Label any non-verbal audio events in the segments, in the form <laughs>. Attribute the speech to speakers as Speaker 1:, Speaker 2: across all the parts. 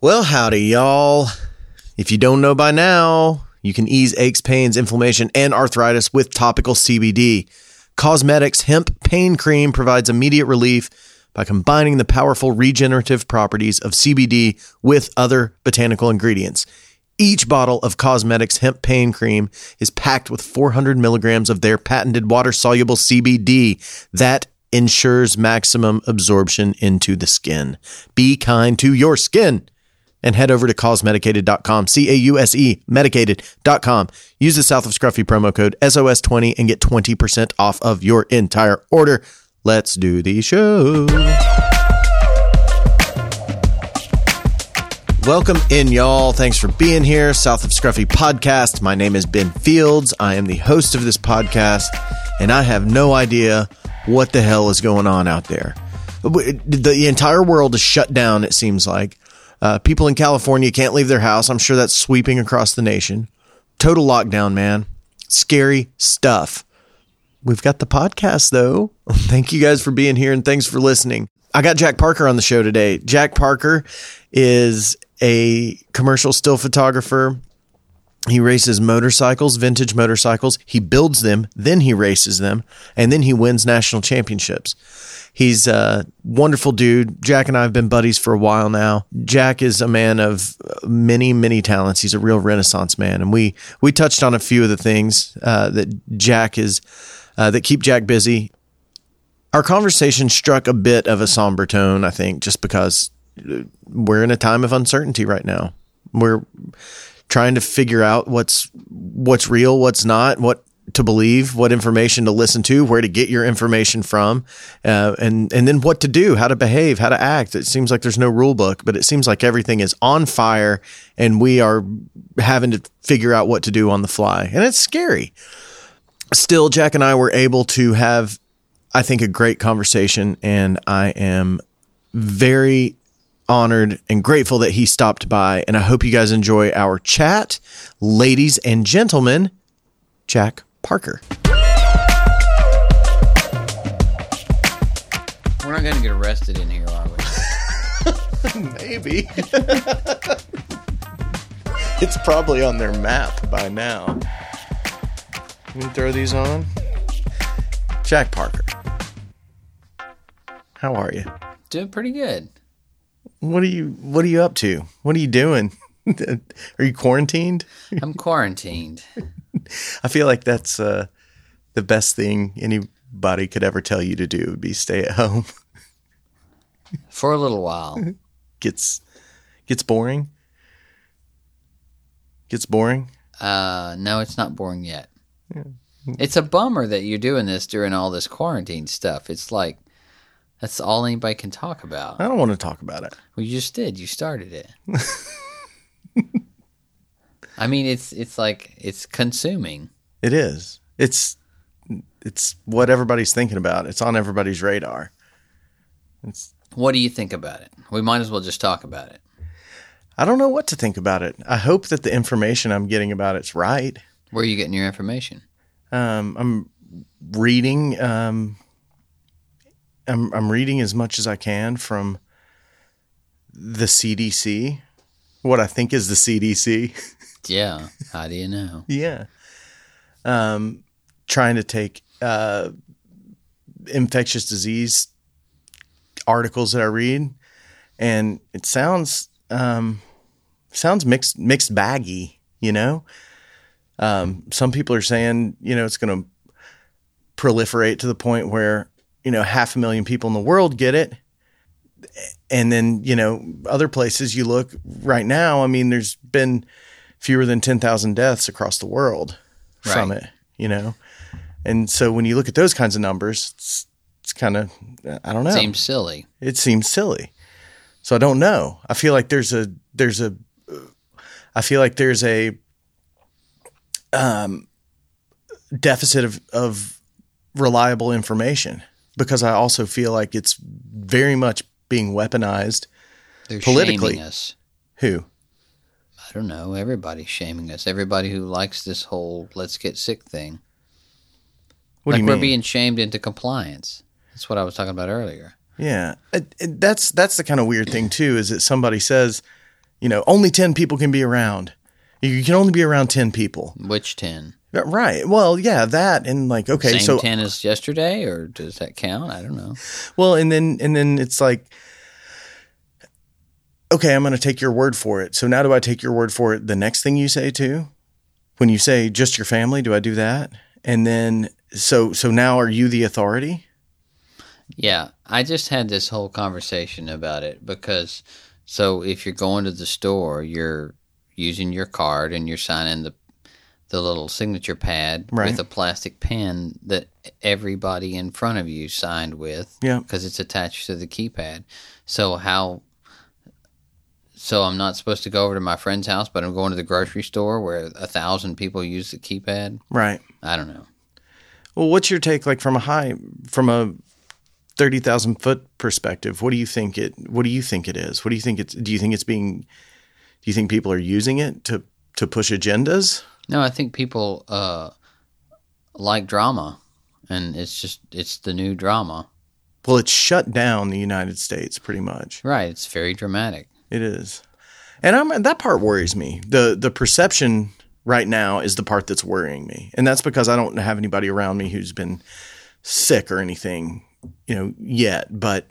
Speaker 1: Well, howdy, y'all. If you don't know by now, you can ease aches, pains, inflammation, and arthritis with topical CBD. Cosmetics Hemp Pain Cream provides immediate relief by combining the powerful regenerative properties of CBD with other botanical ingredients. Each bottle of Cosmetics Hemp Pain Cream is packed with 400 milligrams of their patented water soluble CBD that ensures maximum absorption into the skin. Be kind to your skin and head over to causmedicated.com, C A U S E, medicated.com. Use the South of Scruffy promo code SOS20 and get 20% off of your entire order. Let's do the show. Welcome in, y'all. Thanks for being here. South of Scruffy podcast. My name is Ben Fields. I am the host of this podcast, and I have no idea what the hell is going on out there. W- The entire world is shut down, it seems like. Uh, people in California can't leave their house. I'm sure that's sweeping across the nation. Total lockdown, man. Scary stuff. We've got the podcast though. <laughs> Thank you guys for being here and thanks for listening. I got Jack Parker on the show today. Jack Parker is a commercial still photographer. He races motorcycles, vintage motorcycles. He builds them, then he races them, and then he wins national championships. He's a wonderful dude. Jack and I have been buddies for a while now. Jack is a man of many, many talents. He's a real renaissance man, and we we touched on a few of the things uh, that Jack is uh, that keep Jack busy. Our conversation struck a bit of a somber tone, I think, just because uh, we're in a time of uncertainty right now. We're trying to figure out what's what's real, what's not, what to believe, what information to listen to, where to get your information from, uh, and and then what to do, how to behave, how to act. It seems like there's no rule book, but it seems like everything is on fire, and we are having to figure out what to do on the fly, and it's scary. Still, Jack and I were able to have, I think, a great conversation, and I am very honored and grateful that he stopped by. And I hope you guys enjoy our chat. Ladies and gentlemen, Jack Parker.
Speaker 2: We're not gonna get arrested in here, are we?
Speaker 1: Maybe. <laughs> it's probably on their map by now. You can throw these on. Jack Parker. How are you?
Speaker 2: Doing pretty good.
Speaker 1: What are you what are you up to? What are you doing? <laughs> are you quarantined?
Speaker 2: I'm quarantined.
Speaker 1: I feel like that's uh, the best thing anybody could ever tell you to do would be stay at home. <laughs>
Speaker 2: For a little while.
Speaker 1: gets gets boring. Gets boring.
Speaker 2: Uh no, it's not boring yet. It's a bummer that you're doing this during all this quarantine stuff. It's like that's all anybody can talk about.
Speaker 1: I don't want to talk about it.
Speaker 2: Well, you just did. You started it. I mean, it's it's like it's consuming.
Speaker 1: It is. It's it's what everybody's thinking about. It's on everybody's radar. It's
Speaker 2: What do you think about it? We might as well just talk about it.
Speaker 1: I don't know what to think about it. I hope that the information I'm getting about it's right.
Speaker 2: Where are you getting your information?
Speaker 1: Um, I'm reading. Um, I'm I'm reading as much as I can from the CDC. What I think is the <laughs> CDC.
Speaker 2: Yeah. How do you know?
Speaker 1: yeah. Um, trying to take uh, infectious disease articles that I read, and it sounds um, sounds mixed mixed baggy. You know, um, some people are saying you know it's going to proliferate to the point where you know half a million people in the world get it. And then, you know, other places you look right now, I mean, there's been fewer than 10,000 deaths across the world from
Speaker 2: Right.
Speaker 1: it, you know? And so when you look at those kinds of numbers, it's, it's kind of, I don't know.
Speaker 2: Seems silly.
Speaker 1: It seems silly. So I don't know. I feel like there's a, there's a, I feel like there's a um, deficit of, of reliable information because I also feel like it's very much being weaponized.
Speaker 2: They're
Speaker 1: Politically.
Speaker 2: shaming us.
Speaker 1: Who?
Speaker 2: I don't know. Everybody's shaming us. Everybody who likes this whole "let's get sick" thing.
Speaker 1: What
Speaker 2: like
Speaker 1: do you
Speaker 2: we're
Speaker 1: mean?
Speaker 2: being shamed into compliance. That's what I was talking about earlier.
Speaker 1: Yeah, It- it- that's that's the kind of weird thing too. Is that somebody says, you know, only 10 people can be around. You can only be around 10 people.
Speaker 2: Which 10?
Speaker 1: Right. Well, yeah, that and like okay,
Speaker 2: Same
Speaker 1: so
Speaker 2: 10 as yesterday, or does that count? I don't know.
Speaker 1: well, and then and then it's like okay, I'm going to take your word for it. So now do I take your word for it the next thing you say too? When you say just your family, do I do that? And then so so now are you the authority?
Speaker 2: Yeah, I just had this whole conversation about it because so if you're going to the store, you're using your card and you're signing the the little signature pad
Speaker 1: Right.
Speaker 2: with a plastic pen that everybody in front of you signed with
Speaker 1: Yeah.
Speaker 2: because it's attached to the keypad. So how so I'm not supposed to go over to my friend's house, but I'm going to the grocery store where a thousand people use the keypad.
Speaker 1: Right.
Speaker 2: I don't know.
Speaker 1: Well, what's your take like from a high from a 30,000 foot perspective? What do you think it what do you think it is? What do you think it's do you think it's being do you think people are using it to to push agendas?
Speaker 2: No, I think people uh, like drama, and it's just it's the new drama,
Speaker 1: Well, it's shut down the United States pretty much.
Speaker 2: right? It's very dramatic.
Speaker 1: It is. And I'm that part worries me. The the perception right now is the part that's worrying me. And that's because I don't have anybody around me who's been sick or anything, you know, yet, but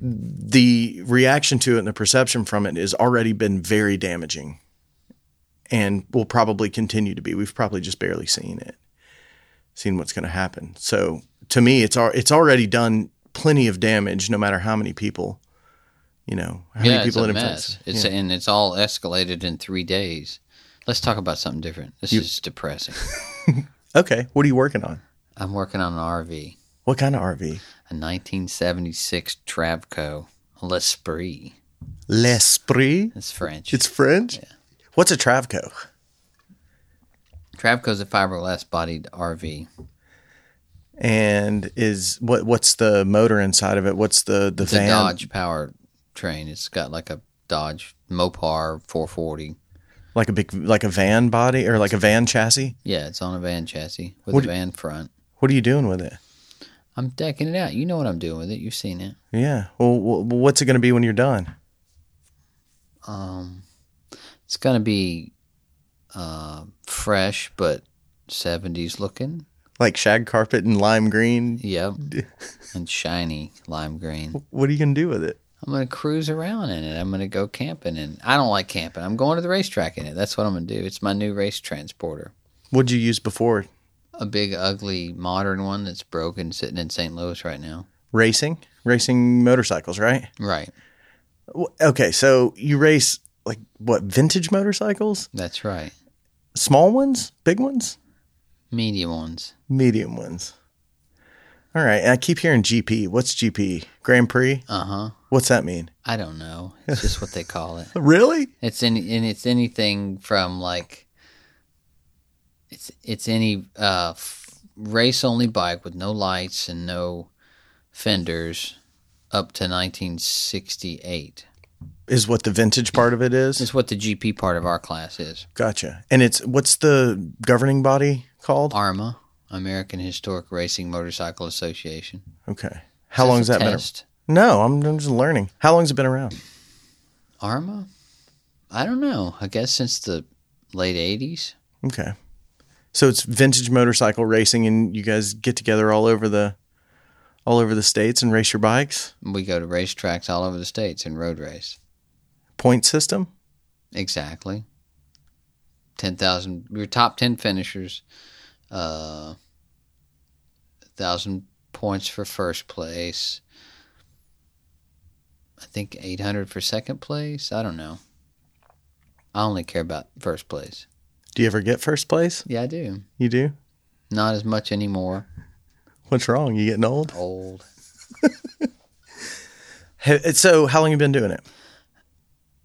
Speaker 1: the reaction to it and the perception from it has already been very damaging and will probably continue to be. We've probably just barely seen it. Seen what's going to happen. So, to me it's al- it's already done plenty of damage no matter how many people, you know, how
Speaker 2: yeah,
Speaker 1: many people
Speaker 2: it's a
Speaker 1: it
Speaker 2: mess.
Speaker 1: affects.
Speaker 2: It's and it's all escalated in three days. Let's talk about something different. This is depressing.
Speaker 1: Okay. What are you working on?
Speaker 2: I'm working on an RV,
Speaker 1: What kind of RV?
Speaker 2: a 1976 Travco L'Esprit.
Speaker 1: L'Esprit.
Speaker 2: It's French.
Speaker 1: It's French. What's a Travco?
Speaker 2: Travco's a fiberglass bodied RV.
Speaker 1: And is what? What's the motor inside of it? What's the the
Speaker 2: It's a
Speaker 1: van?
Speaker 2: Dodge power train. It's got like a Dodge Mopar 440.
Speaker 1: Like a big, like a van body or like a van chassis?
Speaker 2: Yeah, it's on a van chassis with
Speaker 1: What
Speaker 2: a
Speaker 1: do-
Speaker 2: van front.
Speaker 1: What are you doing with it?
Speaker 2: I'm decking it out. You know what I'm doing with it. You've seen it.
Speaker 1: Yeah. Well, wh- what's it going to be when you're done?
Speaker 2: Um, it's gonna be uh, fresh but 70s looking.
Speaker 1: Like shag carpet and lime green. <laughs>
Speaker 2: Yep, and shiny lime green.
Speaker 1: What are you going to do with it?
Speaker 2: I'm gonna cruise around in it. I'm gonna go camping, and I don't like camping. I'm going to the racetrack in it. That's what I'm gonna do. It's my new race transporter.
Speaker 1: What'd you use before
Speaker 2: A big, ugly, modern one that's broken, sitting in St. Louis right now.
Speaker 1: racing? Racing motorcycles, right?
Speaker 2: Right.
Speaker 1: W- Okay, so you race like what? Vintage motorcycles?
Speaker 2: That's right.
Speaker 1: Small ones? Big ones?
Speaker 2: Medium ones.
Speaker 1: Medium ones. All right. And I keep hearing GP. What's GP? Grand Prix?
Speaker 2: Uh huh.
Speaker 1: What's that mean?
Speaker 2: I don't know. It's
Speaker 1: <laughs>
Speaker 2: just what they call it.
Speaker 1: Really?
Speaker 2: It's any and it's anything from like it's it's any uh, f- race only bike with no lights and no fenders up to 1968
Speaker 1: Is what the vintage part of it is?
Speaker 2: is what the GP part of our class is.
Speaker 1: Gotcha. And it's what's the governing body called?
Speaker 2: ARMA, American Historic Racing Motorcycle Association.
Speaker 1: Okay. How long has
Speaker 2: It's a
Speaker 1: that been?
Speaker 2: test.
Speaker 1: No, I'm, I'm just learning. How long's it been around?
Speaker 2: ARMA? I don't know. I guess since the late 80s.
Speaker 1: Okay. So it's vintage motorcycle racing and you guys get together all over the all over the states and race your bikes?
Speaker 2: We go to racetracks all over the states and road race.
Speaker 1: Point system?
Speaker 2: Exactly. Ten thousand. Your top ten finishers. Uh, thousand points for first place. I think eight hundred for second place. I don't know. I only care about first place.
Speaker 1: Do you ever get first place?
Speaker 2: Yeah, I do.
Speaker 1: You do?
Speaker 2: Not as much anymore.
Speaker 1: What's wrong? You getting old?
Speaker 2: Old.
Speaker 1: Hey, So how long you been doing it?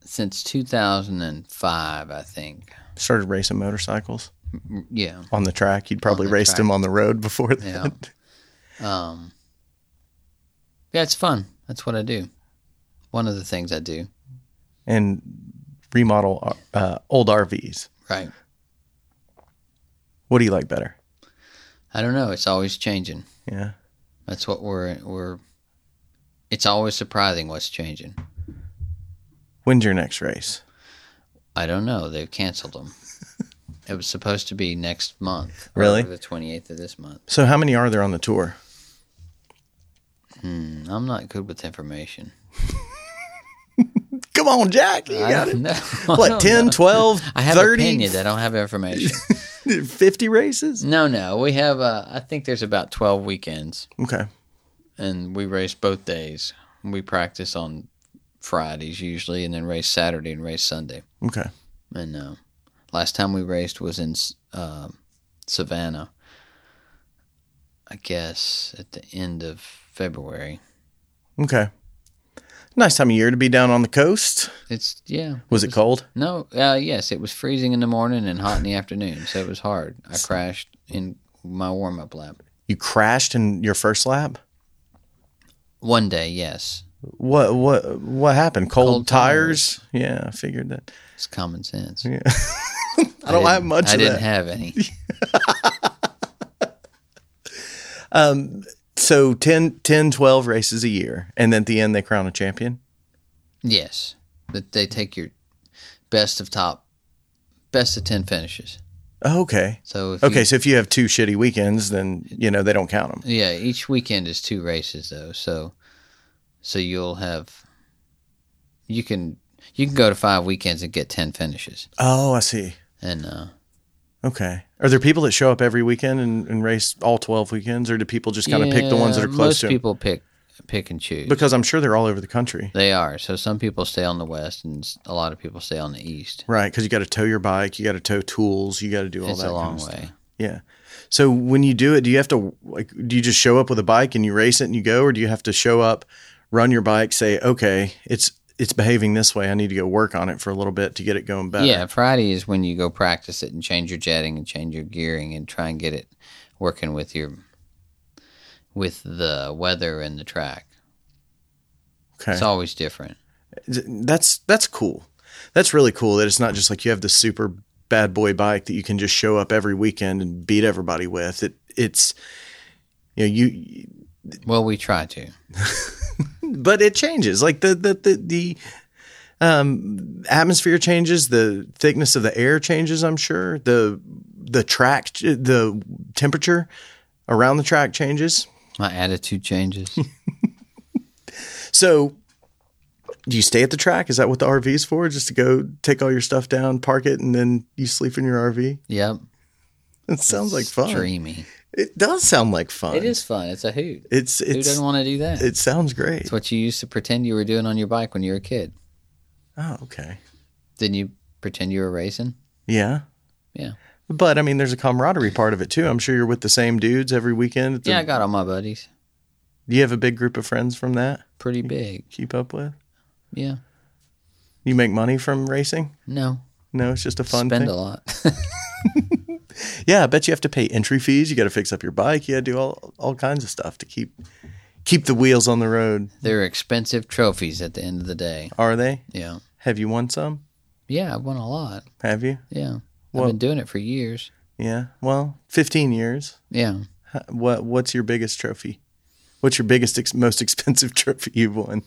Speaker 2: Since two thousand and five, I think.
Speaker 1: Started racing motorcycles
Speaker 2: Yeah.
Speaker 1: on the track. You'd probably
Speaker 2: the
Speaker 1: raced
Speaker 2: track.
Speaker 1: them on the road before that.
Speaker 2: Yeah. Um. Yeah, it's fun. That's what I do. One of the things I do.
Speaker 1: <laughs> And remodel uh, old RVs.
Speaker 2: Right.
Speaker 1: What do you like better?
Speaker 2: I don't know. It's always changing.
Speaker 1: Yeah.
Speaker 2: That's what we're we're. It's always surprising what's changing.
Speaker 1: When's your next race?
Speaker 2: I don't know. They've
Speaker 1: <laughs>
Speaker 2: canceled them. it was supposed to be next month. or
Speaker 1: Really?
Speaker 2: The 28th of this month.
Speaker 1: So how many are there on the tour?
Speaker 2: Hmm, I'm not good with information.
Speaker 1: Come on, Jack. You
Speaker 2: I
Speaker 1: got
Speaker 2: don't
Speaker 1: it.
Speaker 2: know. <laughs>
Speaker 1: What, 10, 12,
Speaker 2: I have
Speaker 1: 30,
Speaker 2: opinions. I don't
Speaker 1: <laughs>
Speaker 2: have information.
Speaker 1: 50 races?
Speaker 2: no, no. We have, uh, I think there's about 12 weekends,
Speaker 1: Okay.
Speaker 2: and we race both days. We practice on Fridays usually, and then race Saturday and race Sunday.
Speaker 1: Okay.
Speaker 2: And uh, last time we raced was in uh, Savannah, I guess, at the end of February.
Speaker 1: Okay. Nice time of year to be down on the coast.
Speaker 2: It's, yeah.
Speaker 1: Was it cold?
Speaker 2: No, uh, yes, it was freezing in the morning and hot in the afternoon, so it was hard. I crashed in my warm up lap.
Speaker 1: You crashed in your first lap?
Speaker 2: One day, yes,
Speaker 1: What what what happened? Cold,
Speaker 2: Cold
Speaker 1: tires? Yeah, I figured that.
Speaker 2: it's common sense.
Speaker 1: Yeah. I don't have
Speaker 2: didn't-
Speaker 1: much
Speaker 2: I
Speaker 1: of
Speaker 2: didn't
Speaker 1: that.
Speaker 2: have any.
Speaker 1: Um, so 10, 10, 12 races a year and then at the end they crown a champion.
Speaker 2: yes, but they take your best of top, best of ten finishes.
Speaker 1: Oh, Okay.
Speaker 2: So if you-
Speaker 1: Okay, so if you have two shitty weekends, then you know they don't count them.
Speaker 2: yeah, each weekend is two races though, so so you'll have you can you can go to five weekends and get ten finishes,
Speaker 1: Oh, I see.
Speaker 2: and uh,
Speaker 1: Okay. Are there people that show up every weekend and, and race all 12 weekends, or do people just kind of pick the ones that
Speaker 2: yeah,
Speaker 1: are close
Speaker 2: Most
Speaker 1: to 'em?
Speaker 2: people pick pick and choose.
Speaker 1: Because I'm sure they're all over the country,
Speaker 2: They are. So some people stay on the west, and s- a lot of people stay on the east.
Speaker 1: right? Because you got to tow your bike, you got to tow tools, you got to do all
Speaker 2: it's
Speaker 1: that.
Speaker 2: a
Speaker 1: kind
Speaker 2: long
Speaker 1: of stuff.
Speaker 2: way.
Speaker 1: Yeah. So when you do it, do you have to like? Do you just show up with a bike and you race it and you go, or do you have to show up, run your bike, say, okay, it's it's behaving this way. I need to go work on it for a little bit to get it going better.
Speaker 2: Yeah, Friday is when you go practice it and change your jetting and change your gearing and try and get it working with your with the weather and the track.
Speaker 1: Okay.
Speaker 2: It's always different.
Speaker 1: that's that's cool. That's really cool that it's not just like you have this super bad boy bike that you can just show up every weekend and beat everybody with. It it's you know you
Speaker 2: Well, we try to.
Speaker 1: but it changes like the the the, the um, atmosphere changes the thickness of the air changes i'm sure the the track the temperature around the track changes
Speaker 2: My
Speaker 1: <laughs>
Speaker 2: attitude changes.
Speaker 1: so do you stay at the track is that what the rv is for just to go take all your stuff down park it and then you sleep in your rv
Speaker 2: yep.
Speaker 1: it sounds like
Speaker 2: It's
Speaker 1: fun
Speaker 2: Dreamy.
Speaker 1: it does sound like fun
Speaker 2: It is fun. It's a hoot.
Speaker 1: it's
Speaker 2: Who
Speaker 1: it's
Speaker 2: doesn't want to do that?
Speaker 1: it sounds great
Speaker 2: It's what you used to pretend you were doing on your bike when you were a kid.
Speaker 1: oh okay
Speaker 2: Didn't you pretend you were racing?
Speaker 1: yeah
Speaker 2: Yeah.
Speaker 1: but I mean, there's a camaraderie part of it too. I'm sure you're with the same dudes every weekend. at the-
Speaker 2: Yeah, I got all my buddies.
Speaker 1: Do you have a big group of friends from that?
Speaker 2: Pretty big.
Speaker 1: Keep up with.
Speaker 2: Yeah.
Speaker 1: You make money from racing?
Speaker 2: No.
Speaker 1: No, it's just a fun
Speaker 2: spend
Speaker 1: thing.
Speaker 2: a lot. <laughs>
Speaker 1: Yeah, I bet you have to pay entry fees. You got to fix up your bike. You got to do all all kinds of stuff to keep keep the wheels on the road.
Speaker 2: They're expensive trophies at the end of the day.
Speaker 1: Are they?
Speaker 2: Yeah.
Speaker 1: Have you won some?
Speaker 2: Yeah, I won a lot.
Speaker 1: Have you?
Speaker 2: Yeah.
Speaker 1: Well-
Speaker 2: I've been doing it for years.
Speaker 1: Yeah. Well, 15 years.
Speaker 2: Yeah.
Speaker 1: Huh, What what's your biggest trophy? What's your biggest ex- most <laughs> expensive trophy you've won?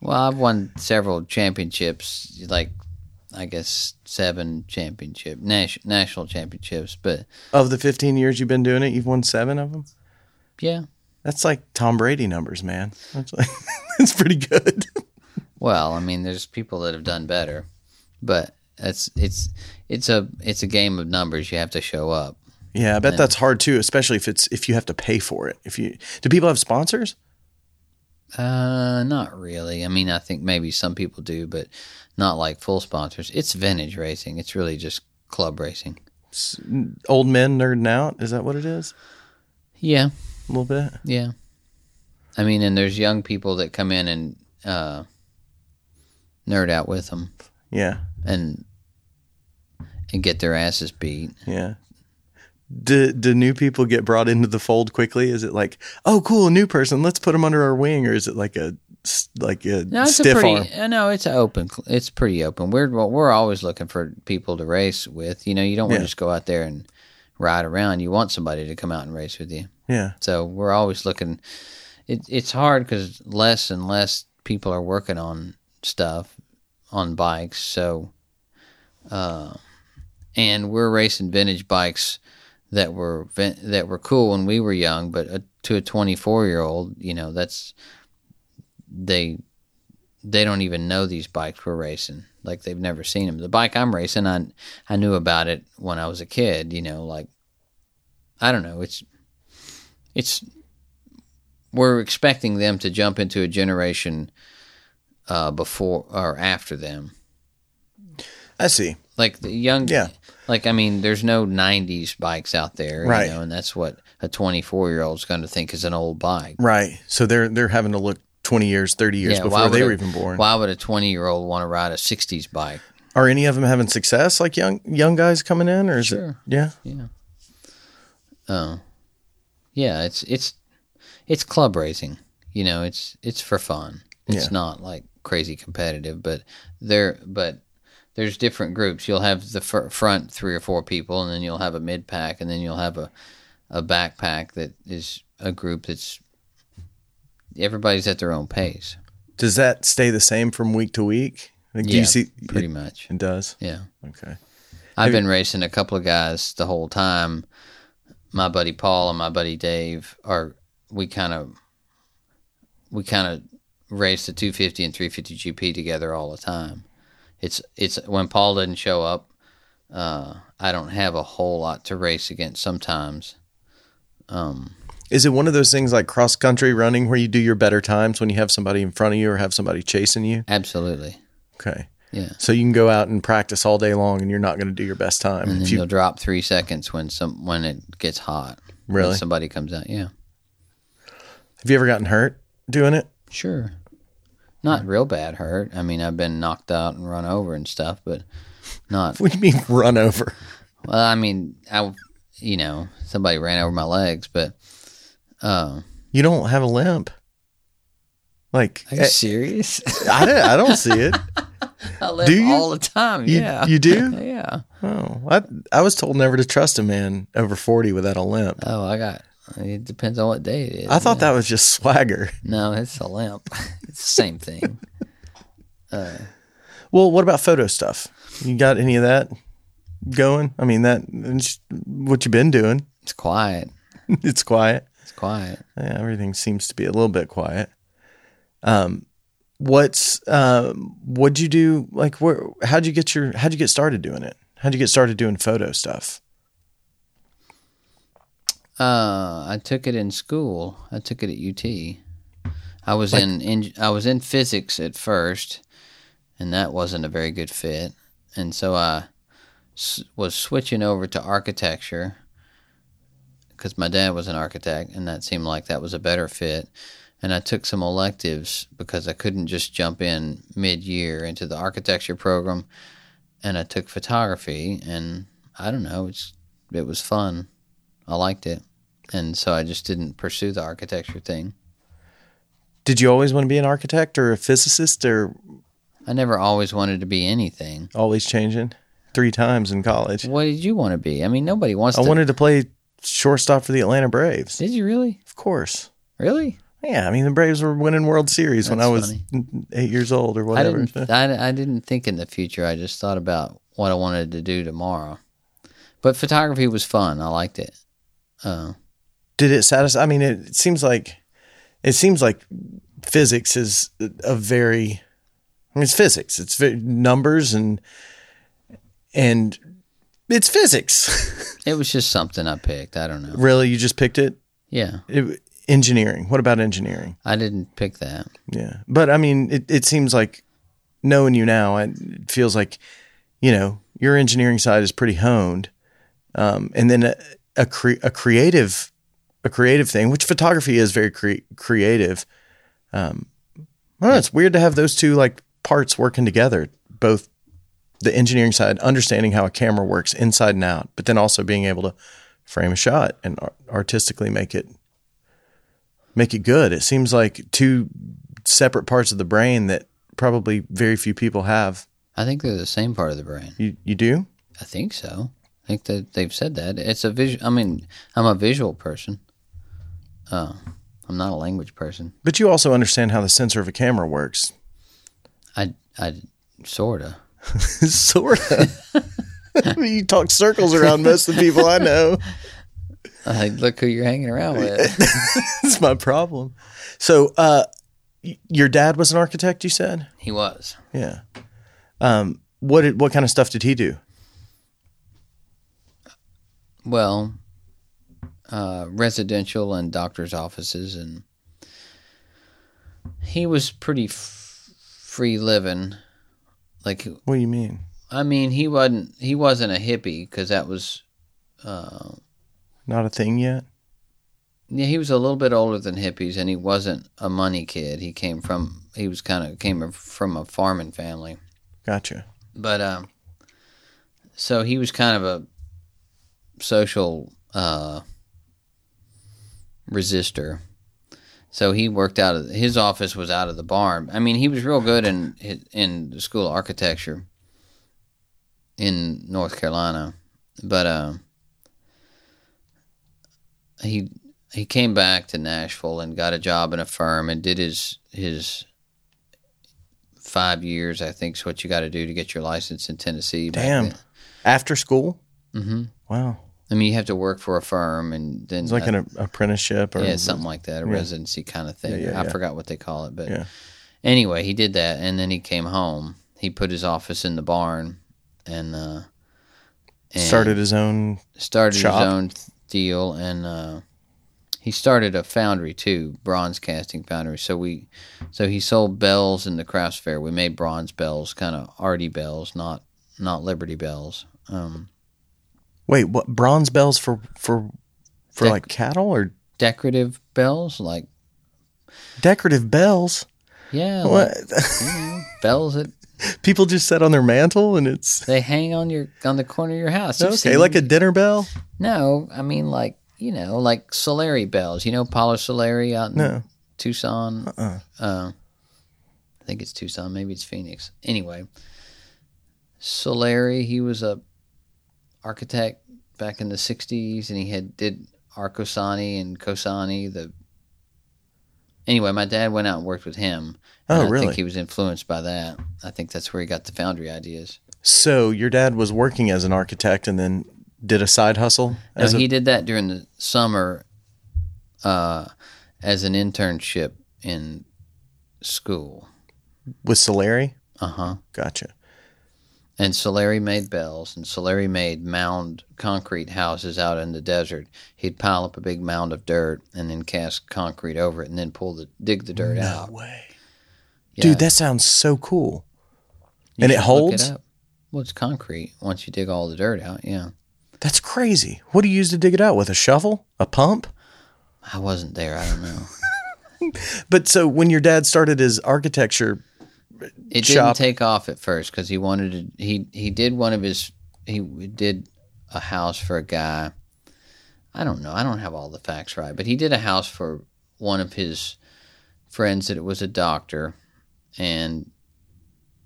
Speaker 2: Well, I've won several championships, like I guess seven championship nas- national championships, but
Speaker 1: of the 15 years you've been doing it, you've won 7 of them?
Speaker 2: yeah.
Speaker 1: That's like Tom Brady numbers, man. That's like <laughs> that's pretty good.
Speaker 2: Well, I mean, there's people that have done better, but it's it's it's a it's a game of numbers. You have to show up.
Speaker 1: Yeah, I bet that's hard too, especially if it's if you have to pay for it. If you do people have sponsors?
Speaker 2: Uh, not really. I mean, I think maybe some people do, but not like full sponsors. It's vintage racing. It's really just club racing.
Speaker 1: Old men nerding out, is that what it is?
Speaker 2: Yeah,
Speaker 1: A little bit.
Speaker 2: yeah. I mean, and there's young people that come in and uh, nerd out with them
Speaker 1: Yeah.
Speaker 2: and and get their asses beat.
Speaker 1: Yeah. Do do new people get brought into the fold quickly? Is it like, "Oh, cool, a new person, let's put them under our wing," or is it like a s- like a
Speaker 2: No, it's
Speaker 1: stiff
Speaker 2: a
Speaker 1: arm?
Speaker 2: pretty. uh, No, it's a open. cl- It's pretty open. We're well, we're always looking for people to race with. You know, you don't want
Speaker 1: Yeah.
Speaker 2: to just go out there and ride around. You want somebody to come out and race with you.
Speaker 1: Yeah.
Speaker 2: So we're always looking. It, it's hard because less and less people are working on stuff on bikes. So Uh, and we're racing vintage bikes that were vin- that were cool when we were young, but uh to a 24 year old, you know, that's they they don't even know these bikes we're racing. Like they've never seen them. The bike I'm racing, I I knew about it when I was a kid. You know, like I don't know. It's it's we're expecting them to jump into a generation uh, before or after them.
Speaker 1: I see.
Speaker 2: Like the young,
Speaker 1: Yeah.
Speaker 2: Like I mean, there's no '90s bikes out there,
Speaker 1: Right.
Speaker 2: You know, and that's what a 24 year old's going to think is an old bike.
Speaker 1: Right. So they're they're having to look 20 years, 30 years
Speaker 2: Yeah, why
Speaker 1: before they were
Speaker 2: would a-
Speaker 1: even born.
Speaker 2: Why would a 20 year old want to ride a '60s bike?
Speaker 1: Are any of them having success like young young guys coming in or is it
Speaker 2: Sure.
Speaker 1: Yeah.
Speaker 2: Yeah. Oh. yeah, it's it's it's club racing. You know, it's it's for fun. It's
Speaker 1: Yeah.
Speaker 2: not like crazy competitive, but there but there's different groups. You'll have the fr- front three or four people, and then you'll have a mid pack, and then you'll have a a backpack that is a group that's everybody's at their own pace.
Speaker 1: Does that stay the same from week to week? Like, do
Speaker 2: yeah,
Speaker 1: you see
Speaker 2: pretty
Speaker 1: it,
Speaker 2: much.
Speaker 1: it does.
Speaker 2: Yeah.
Speaker 1: Okay.
Speaker 2: I've been racing a couple of guys the whole time. My buddy Paul and my buddy Dave are we kind of we kind of race the 250 and 350 GP together all the time. It's it's when Paul doesn't show up, uh, I don't have a whole lot to race against sometimes. Um,
Speaker 1: Is it one of those things like cross country running where you do your better times when you have somebody in front of you or have somebody chasing you?
Speaker 2: absolutely,
Speaker 1: Okay.
Speaker 2: yeah.
Speaker 1: So you can go out and practice all day long and you're not going to do your best time.
Speaker 2: And then
Speaker 1: if
Speaker 2: you,
Speaker 1: you
Speaker 2: will drop three seconds when some when it gets hot. when
Speaker 1: Really?
Speaker 2: somebody comes out. Yeah,
Speaker 1: have you ever gotten hurt doing it? <laughs>
Speaker 2: Sure. Not real bad hurt. I mean, I've been knocked out and run over and stuff, but not.
Speaker 1: What do you mean run over?
Speaker 2: Well, I mean, I, you know, somebody ran over my legs, but. Uh,
Speaker 1: You don't have a limp. Like
Speaker 2: are you <laughs> serious?
Speaker 1: I, don't- I don't see it.
Speaker 2: I live
Speaker 1: Do you?
Speaker 2: all the time.
Speaker 1: You,
Speaker 2: yeah.
Speaker 1: you do?
Speaker 2: <laughs> yeah.
Speaker 1: Oh, I I was told never to trust a man over forty without a limp.
Speaker 2: Oh, I got. It depends on what day it is.
Speaker 1: I thought that was just <laughs> swagger.
Speaker 2: No, it's a limp. <laughs> it's the same thing.
Speaker 1: Well, what about photo stuff? You got any of that going? I mean, that it's what you've been doing. <laughs>
Speaker 2: It's quiet.
Speaker 1: it's quiet.
Speaker 2: It's quiet.
Speaker 1: Yeah, everything seems to be a little bit quiet. Um, what's um, what'd you do? Like, where? How'd you get your? How'd you get started doing it? How'd you get started doing photo stuff?
Speaker 2: Uh, I took it in school. I took it at UT. I was in, in I was in physics at first, and that wasn't a very good fit. And so I s- was switching over to architecture because my dad was an architect, and that seemed like that was a better fit. And I took some electives because I couldn't just jump in mid-year into the architecture program. And I took photography, and I don't know, it's it was fun. I liked it. And so I just didn't pursue the architecture thing.
Speaker 1: Did you always want to be an architect or a physicist or
Speaker 2: I never always wanted to be anything.
Speaker 1: always changing? Three times in college.
Speaker 2: What did you want to be? I mean, nobody wants
Speaker 1: I
Speaker 2: to.
Speaker 1: wanted to play shortstop for the Atlanta Braves.
Speaker 2: did you really?
Speaker 1: Of course.
Speaker 2: Really?
Speaker 1: Yeah, I mean the Braves were winning World Series when I
Speaker 2: That's
Speaker 1: was
Speaker 2: funny.
Speaker 1: n- eight years old or
Speaker 2: I
Speaker 1: whatever.
Speaker 2: didn't. I, I didn't think in the future. I just thought about what I wanted to do tomorrow. But photography was fun. I liked it. Uh,
Speaker 1: Did it satisfy? I mean, it seems like it seems like physics is a very. I mean, it's physics. It's ve- numbers and and it's physics. <laughs>
Speaker 2: it was just something I picked. I don't know.
Speaker 1: really, you just picked it.
Speaker 2: Yeah,
Speaker 1: it. Engineering. What about engineering?
Speaker 2: I didn't pick that.
Speaker 1: Yeah. But I mean, it, it seems like knowing you now, it feels like, you know, your engineering side is pretty honed. Um, and then a, a, cre- a creative, a creative thing, which photography is very cre- creative. Um, I don't know, it's weird to have those two like parts working together, both the engineering side, understanding how a camera works inside and out, but then also being able to frame a shot and ar- artistically make it make it good. It seems like two separate parts of the brain that probably very few people have.
Speaker 2: I think they're the same part of the brain.
Speaker 1: You you do?
Speaker 2: I think so. I think that they've said that. It's a visual. I mean, I'm a visual person. Uh, I'm not a language person.
Speaker 1: But you also understand how the sensor of a camera works.
Speaker 2: I, I, sorta.
Speaker 1: <laughs> sort of. <laughs> you talk circles around most of the people I <laughs> know.
Speaker 2: Like, look who you're hanging around with.
Speaker 1: That's my problem. So, uh, y- your dad was an architect, you said?
Speaker 2: He was.
Speaker 1: Yeah. Um, what did, what kind of stuff did he do?
Speaker 2: Well, uh, residential and doctor's offices, and he was pretty f- free living. Like,
Speaker 1: What do you mean?
Speaker 2: I mean, he wasn't he wasn't a hippie because that was, uh,
Speaker 1: Not a thing yet?
Speaker 2: yeah, he was a little bit older than hippies, and he wasn't a money kid. He came from he was kind of came from a farming family.
Speaker 1: Gotcha.
Speaker 2: but um so he was kind of a social uh resistor so he worked out of his office was out of the barn i mean he was real good in in the school of architecture in north carolina but uh he he came back to nashville and got a job in a firm and did his his five years, I think, is what you got to do to get your license in Tennessee.
Speaker 1: Damn. After school?
Speaker 2: hmm
Speaker 1: Wow.
Speaker 2: I mean, you have to work for a firm and then
Speaker 1: It's like an a- apprenticeship or
Speaker 2: yeah, something like that, a residency kind of thing.
Speaker 1: Yeah, yeah,
Speaker 2: I
Speaker 1: yeah.
Speaker 2: forgot what they call it, but
Speaker 1: Yeah.
Speaker 2: anyway, he did that, and then he came home. He put his office in the barn, and, uh, and
Speaker 1: started his own.
Speaker 2: started
Speaker 1: shop.
Speaker 2: his own deal, and uh, he started a foundry too, bronze casting foundry. So we, so he sold bells in the crafts fair. We made bronze bells, kind of arty bells, not not Liberty bells. Um,
Speaker 1: Wait, what? Bronze bells for for for
Speaker 2: Dec-
Speaker 1: like cattle or
Speaker 2: decorative bells, like
Speaker 1: decorative bells?
Speaker 2: yeah,
Speaker 1: What? <laughs>
Speaker 2: like, you know, bells that
Speaker 1: People just set on their mantle and it's
Speaker 2: they hang on your on the corner of your house. You've
Speaker 1: okay,
Speaker 2: seen
Speaker 1: like a
Speaker 2: them.
Speaker 1: dinner bell.
Speaker 2: no, I mean like you know like Solari bells. You know Paulo Solari out in
Speaker 1: No.
Speaker 2: Tucson.
Speaker 1: Uh-uh.
Speaker 2: Uh, I think it's Tucson. Maybe it's Phoenix. Anyway, Solari. He was a architect back in the '60s, and he had did Arcosani and Cosani. The anyway, my dad went out and worked with him. and
Speaker 1: Oh,
Speaker 2: I
Speaker 1: really?
Speaker 2: think he was influenced by that. I think that's where he got the foundry ideas.
Speaker 1: So your dad was working as an architect and then did a side hustle
Speaker 2: No,
Speaker 1: as a,
Speaker 2: he did that during the summer uh, as an internship in school.
Speaker 1: with Solari.
Speaker 2: Uh
Speaker 1: Uh-huh.
Speaker 2: huh.
Speaker 1: Gotcha.
Speaker 2: And Solari made bells, and Solari made mound concrete houses out in the desert. He'd pile up a big mound of dirt and then cast concrete over it, and then pull the dig the dirt out.
Speaker 1: way,
Speaker 2: Yeah,
Speaker 1: dude. That sounds so cool.
Speaker 2: you
Speaker 1: and it
Speaker 2: should look
Speaker 1: holds?
Speaker 2: up. Well, it's concrete once you dig all the dirt out. Yeah,
Speaker 1: That's crazy. What do you use to dig it out with a shovel, a pump?
Speaker 2: I wasn't there. I don't know.
Speaker 1: But so when your dad started his architecture,
Speaker 2: it
Speaker 1: shop.
Speaker 2: didn't take off at first because he wanted to he he did one of his he did a house for a guy i don't know i don't have all the facts right but he did a house for one of his friends that it was a doctor and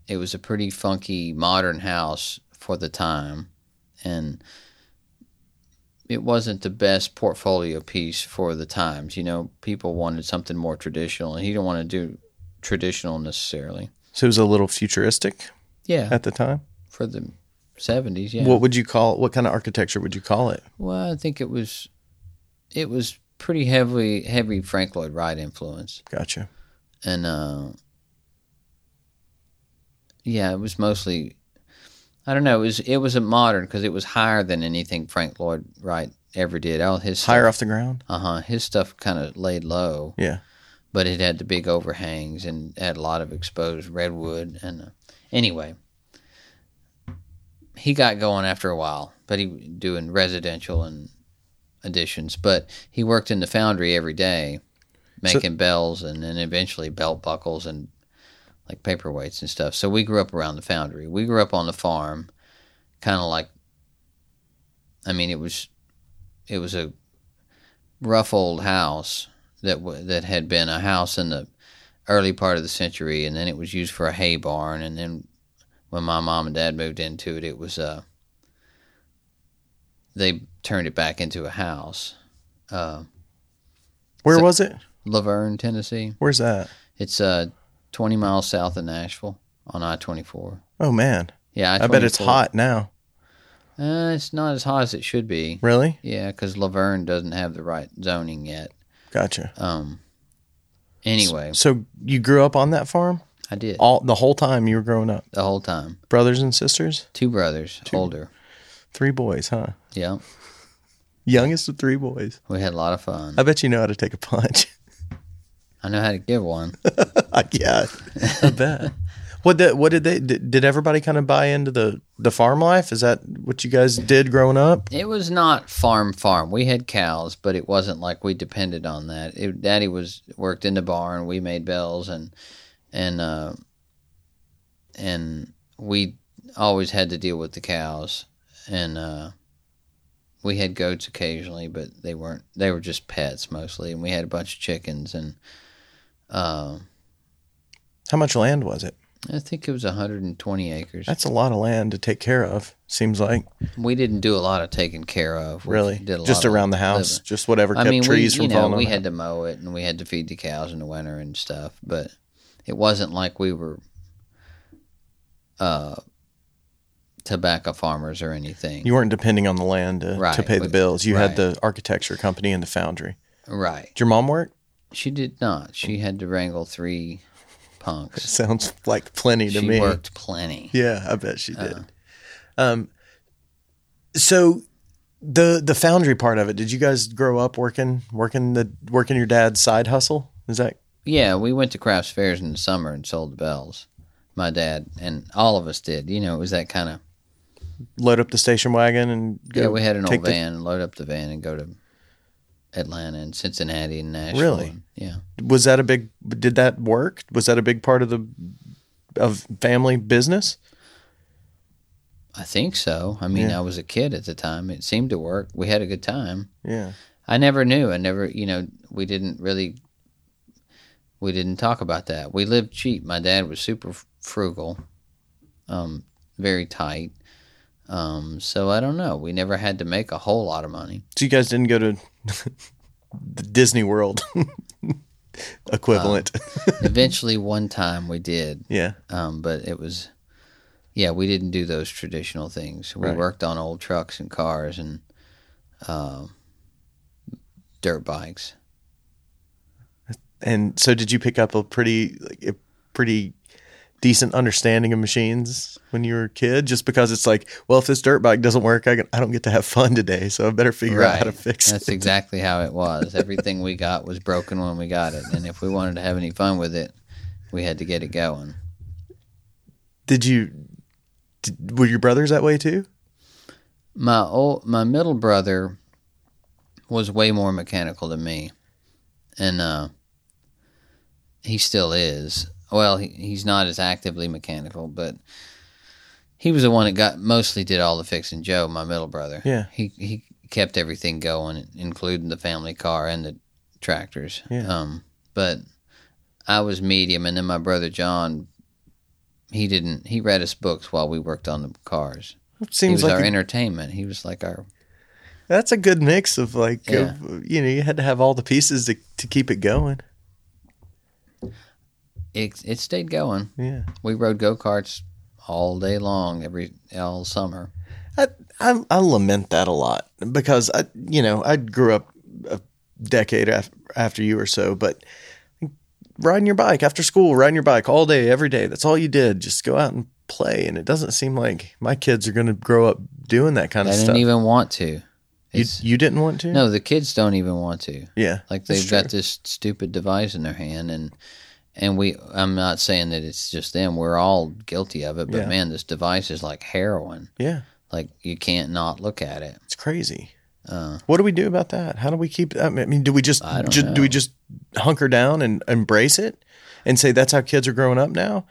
Speaker 2: it was a pretty funky modern house for the time and it wasn't the best portfolio piece for the times you know people wanted something more traditional and he didn't want to do traditional necessarily
Speaker 1: so it was a little futuristic
Speaker 2: yeah
Speaker 1: at the time.
Speaker 2: for the 70s yeah
Speaker 1: What would you call? What kind of architecture would you call it?
Speaker 2: well i think it was it was pretty heavily heavy frank lloyd wright influence
Speaker 1: Gotcha.
Speaker 2: and uh yeah it was mostly i don't know it was it was a modern because it was higher than anything frank lloyd wright ever did all his stuff,
Speaker 1: Higher off the ground.
Speaker 2: uh-huh his stuff kind of laid low
Speaker 1: Yeah.
Speaker 2: but it had the big overhangs and had a lot of exposed redwood. And uh, anyway, he got going after a while, but he was doing residential and additions. But he worked in the foundry every day, making bells and then eventually belt buckles and like paperweights and stuff. So we grew up around the foundry. We grew up on the farm, kind of like. I mean, it was, it was a rough old house that w- that had been a house in the early part of the century, and then it was used for a hay barn, and then when my mom and dad moved into it, it was uh they turned it back into a house. Uh,
Speaker 1: Where
Speaker 2: So-
Speaker 1: was it?
Speaker 2: Laverne, Tennessee.
Speaker 1: Where's that?
Speaker 2: It's uh twenty miles south of Nashville on I twenty four.
Speaker 1: Oh man,
Speaker 2: Yeah,
Speaker 1: I bet it's
Speaker 2: I-24.
Speaker 1: hot now.
Speaker 2: Uh, it's not as hot as it should be.
Speaker 1: Really?
Speaker 2: Yeah, because Laverne doesn't have the right zoning yet.
Speaker 1: Gotcha.
Speaker 2: Um. Anyway,
Speaker 1: So you grew up on that farm
Speaker 2: I did
Speaker 1: all the whole time you were growing up.
Speaker 2: the whole time.
Speaker 1: Brothers and sisters,
Speaker 2: Two brothers, older.
Speaker 1: three boys, huh?
Speaker 2: Yeah,
Speaker 1: Youngest of three boys.
Speaker 2: we had a lot of fun.
Speaker 1: I bet you know how to take a punch. <laughs>
Speaker 2: I know how to give one.
Speaker 1: yeah, I bet. What the, what did they did, did everybody kind of buy into the the farm life? Is that what you guys did growing up?
Speaker 2: It was not farm farm. We had cows, but it wasn't like we depended on that. It, Daddy was worked in the barn. We made bells and and uh, and we always had to deal with the cows. And uh, we had goats occasionally, but they weren't. They were just pets mostly. And we had a bunch of chickens. And uh,
Speaker 1: How much land was it?
Speaker 2: I think it was 120 acres.
Speaker 1: That's a lot of land to take care of. Seems like
Speaker 2: we didn't do a lot of taking care of. We
Speaker 1: really
Speaker 2: did a
Speaker 1: just
Speaker 2: lot of
Speaker 1: around the house,
Speaker 2: living.
Speaker 1: just whatever kept
Speaker 2: we-
Speaker 1: trees
Speaker 2: you
Speaker 1: from
Speaker 2: know,
Speaker 1: falling.
Speaker 2: We
Speaker 1: on.
Speaker 2: had to mow it, and we had to feed the cows in the winter and stuff. But it wasn't like we were uh, tobacco farmers or anything,
Speaker 1: you weren't depending on the land to, to
Speaker 2: Right,
Speaker 1: pay the
Speaker 2: but-
Speaker 1: bills. You had
Speaker 2: right.
Speaker 1: the architecture company and the foundry.
Speaker 2: right?
Speaker 1: Did your mom work? <laughs>
Speaker 2: She did not.
Speaker 1: Mm.
Speaker 2: She had to wrangle three
Speaker 1: <laughs>
Speaker 2: punks.
Speaker 1: Sounds like plenty to
Speaker 2: she
Speaker 1: me.
Speaker 2: worked Uh. plenty.
Speaker 1: Yeah, I bet she did. um, so the the foundry part of it, did you guys grow up working working the working your dad's side hustle? Is that
Speaker 2: Yeah, we went to crafts fairs in the summer and sold the bells. My dad and all of us did. You know, it was that kind of.
Speaker 1: load up the station wagon and go
Speaker 2: Yeah, we had an
Speaker 1: take
Speaker 2: old
Speaker 1: the-
Speaker 2: van, load up the van, and go to Atlanta and Cincinnati and Nashville.
Speaker 1: Really?
Speaker 2: and- yeah.
Speaker 1: was that a big did that work? Was that a big part of the of family business?
Speaker 2: I think so. I mean,
Speaker 1: Yeah.
Speaker 2: I was a kid at the time. It seemed to work. We had a good time.
Speaker 1: Yeah.
Speaker 2: I never knew. I never, you know, we didn't really, we didn't talk about that. We lived cheap. My dad was super f- frugal, um, very tight. Um, so I don't know. We never had to make a whole lot
Speaker 1: <laughs>
Speaker 2: of money.
Speaker 1: So you guys didn't go to the Disney World <laughs>
Speaker 2: Uh.
Speaker 1: equivalent.
Speaker 2: Eventually, one time we did,
Speaker 1: <laughs> yeah.
Speaker 2: um, but it was, yeah, we didn't do those traditional things. We
Speaker 1: Right.
Speaker 2: worked on old trucks and cars and uh, dirt bikes.
Speaker 1: And so did you pick up a pretty like a pretty decent understanding of machines when you were a kid just because it's like, well, if this dirt bike doesn't work, I, can, I don't get to have fun today, so I better figure out how to fix
Speaker 2: That's
Speaker 1: it.
Speaker 2: exactly how it was. Everything we got was broken when we got it, and if we wanted to have any fun with it, we had to get it going.
Speaker 1: Did you did, were your brothers that way too?
Speaker 2: My old, my middle brother was way more mechanical than me, and uh, he still is. Well, he, he's not as actively mechanical, but he was the one that got mostly did all the fixing. Joe, my middle brother,
Speaker 1: Yeah.
Speaker 2: he he kept everything going, including the family car and the tractors.
Speaker 1: Yeah.
Speaker 2: Um, but I was medium, and then my brother John, he didn't. He read us books while we worked on the cars.
Speaker 1: It
Speaker 2: He
Speaker 1: seems
Speaker 2: was
Speaker 1: like
Speaker 2: our
Speaker 1: a-
Speaker 2: entertainment. He was like our
Speaker 1: that's a good mix of like
Speaker 2: Yeah.
Speaker 1: of, you know, you had to have all the pieces to, to keep it going.
Speaker 2: it, it stayed going.
Speaker 1: Yeah.
Speaker 2: We rode go karts all day long, every all summer.
Speaker 1: I, I I lament that a lot because I you know I grew up a decade af- after you or so, but riding your bike after school, riding your bike all day every day. That's all you did. Just go out and play, and it doesn't seem like my kids are going to grow up doing that kind
Speaker 2: They
Speaker 1: of
Speaker 2: didn't
Speaker 1: stuff.
Speaker 2: even want to.
Speaker 1: you,
Speaker 2: It's,
Speaker 1: you didn't want to?
Speaker 2: no, the kids don't even want to.
Speaker 1: Yeah.
Speaker 2: Like
Speaker 1: that's
Speaker 2: they've got this stupid device in their hand, and and we. I'm not saying that it's just them. We're all guilty of it. But
Speaker 1: Yeah.
Speaker 2: man, this device is like heroin.
Speaker 1: true. Yeah,
Speaker 2: Like you can't not look at it.
Speaker 1: it's crazy.
Speaker 2: Uh,
Speaker 1: What do we do about that? How do we keep? I mean, do we just,
Speaker 2: I don't
Speaker 1: ju-
Speaker 2: know.
Speaker 1: do we just hunker down and embrace it and say that's how kids are growing up now?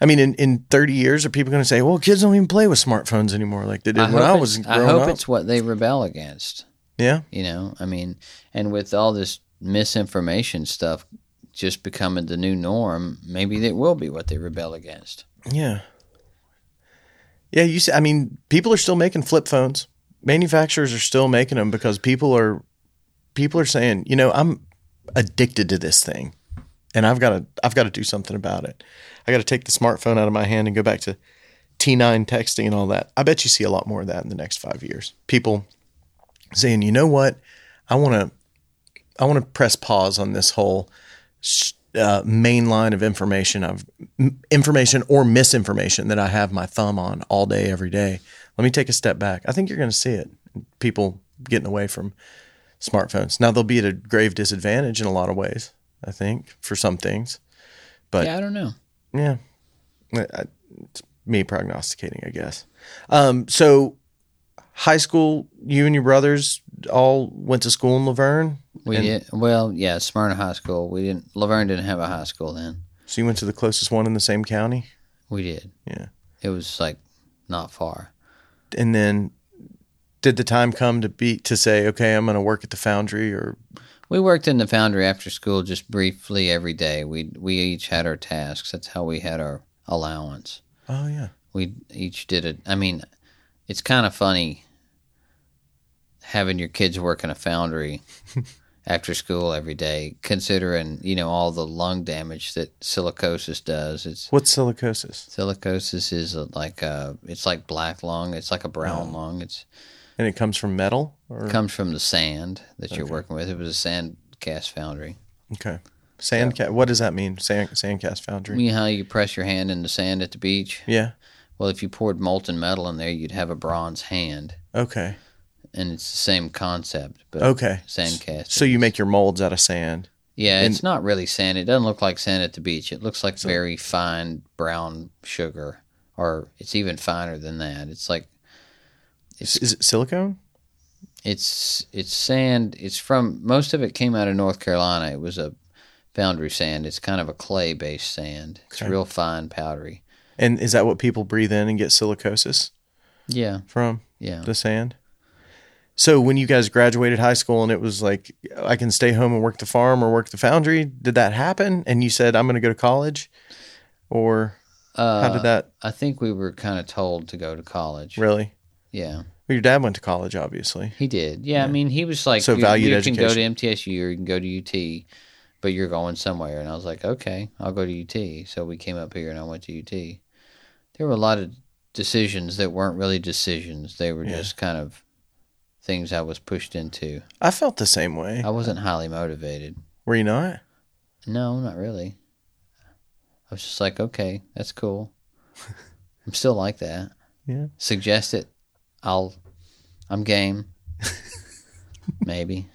Speaker 1: I mean, in, in thirty years, are people going to say, "Well, kids don't even play with smartphones anymore like they did when
Speaker 2: hope
Speaker 1: I
Speaker 2: it's-
Speaker 1: was
Speaker 2: I
Speaker 1: growing
Speaker 2: hope
Speaker 1: up"?
Speaker 2: it's what they rebel against.
Speaker 1: Yeah,
Speaker 2: You know, I mean, and with all this misinformation stuff just becoming the new norm, maybe that will be what they rebel against.
Speaker 1: yeah, yeah. You, see, I mean, people are still making flip phones. Manufacturers are still making them because people are people are saying, you know, I'm addicted to this thing, and I've got to I've got to do something about it. I got to take the smartphone out of my hand and go back to T9 texting and all that. I bet you see a lot more of that in the next five years. People saying, you know what? I want to, I want to press pause on this whole sh- uh, main line of information of m- information or misinformation that I have my thumb on all day, every day. Let me take a step back. I think you're going to see it. People getting away from smartphones. Now they'll be at a grave disadvantage in a lot of ways, I think, for some things. But-
Speaker 2: yeah, I don't know.
Speaker 1: Yeah. I- I- It's me prognosticating, I guess. Um, so, high school, you and your brothers all went to school in Laverne.
Speaker 2: We
Speaker 1: And-
Speaker 2: did well, yeah, Smyrna High School. We didn't Laverne didn't have a high school then.
Speaker 1: So, you went to the closest one in the same county.
Speaker 2: We did.
Speaker 1: Yeah.
Speaker 2: It was like not far.
Speaker 1: And then, did the time come to be to say, okay, I'm going to work at the foundry or
Speaker 2: We worked in the foundry after school just briefly every day. We we each had our tasks. That's how we had our allowance.
Speaker 1: oh yeah,
Speaker 2: We each did it. I mean, it's kind of funny having your kids work in a foundry after school every day, considering you know all the lung damage that silicosis does. It's
Speaker 1: what's silicosis?
Speaker 2: silicosis is a, like a it's like black lung. It's like a brown lung. It's
Speaker 1: And it comes from metal or
Speaker 2: comes from the sand that you're working with. It was a sand cast foundry.
Speaker 1: okay, sand ca- What does that mean? Sand sand cast foundry.
Speaker 2: You know how you press your hand in the sand at the beach?
Speaker 1: Yeah.
Speaker 2: Well, if you poured molten metal in there, you'd have a bronze hand,
Speaker 1: Okay.
Speaker 2: and it's the same concept. But
Speaker 1: Okay.
Speaker 2: sand cast.
Speaker 1: So you make your molds out of sand.
Speaker 2: yeah, it's not really sand. It doesn't look like sand at the beach. It looks like very fine brown sugar, or it's even finer than that. It's like
Speaker 1: Is, is it silicone?
Speaker 2: it's it's sand. It's from most of it came out of North Carolina. It was a foundry sand. It's kind of a clay based sand. It's
Speaker 1: Okay.
Speaker 2: real fine, powdery.
Speaker 1: And is that what people breathe in and get silicosis
Speaker 2: Yeah,
Speaker 1: from
Speaker 2: yeah.
Speaker 1: the sand? So when you guys graduated high school and it was like I can stay home and work the farm or work the foundry, did that happen? And you said I'm going to go to college, or
Speaker 2: Uh,
Speaker 1: how did that
Speaker 2: I think we were kind of told to go to college.
Speaker 1: really?
Speaker 2: Yeah,
Speaker 1: Well, your dad went to college, obviously.
Speaker 2: he did. Yeah, I mean, he was like,
Speaker 1: So
Speaker 2: you,
Speaker 1: valued
Speaker 2: you can go to MTSU or you can go to UT, but you're going somewhere. And I was like, okay, I'll go to UT. So we came up here and I went to UT. There were a lot of decisions that weren't really decisions. They were
Speaker 1: Yeah.
Speaker 2: just kind of things I was pushed into.
Speaker 1: I felt the same way.
Speaker 2: I wasn't highly motivated.
Speaker 1: Were you not?
Speaker 2: No, not really. I was just like, okay,
Speaker 1: <laughs>
Speaker 2: that's cool. I'm still like that.
Speaker 1: Yeah.
Speaker 2: Suggest it. I'll.
Speaker 1: <laughs>
Speaker 2: I'm game. Maybe.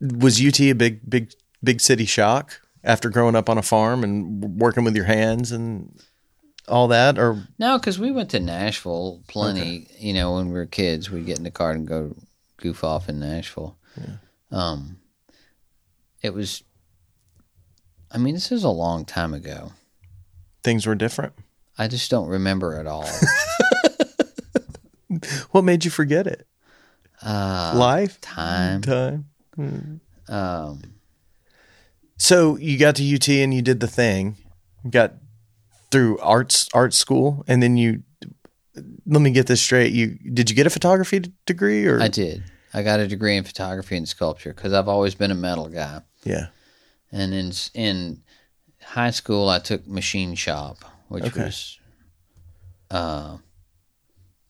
Speaker 1: Was UT a big, big, big city shock after growing up on a farm and w- working with your hands and all that? Or
Speaker 2: No, because we went to Nashville plenty. You know, when we were kids, we'd get in the car and go goof off in Nashville. Um, it was. I mean, this is a long time ago.
Speaker 1: things were different?
Speaker 2: I just don't remember at all.
Speaker 1: What made you forget it?
Speaker 2: Uh,
Speaker 1: Life,
Speaker 2: time.
Speaker 1: time.
Speaker 2: Um,
Speaker 1: So you got to UT and you did the thing, got through arts art school, and then you. Let me get this straight. You did you get a photography d- degree or
Speaker 2: I did. I got a degree in photography and sculpture because I've always been a metal guy.
Speaker 1: yeah?
Speaker 2: And in in high school, I took machine shop, which
Speaker 1: Okay.
Speaker 2: was, uh,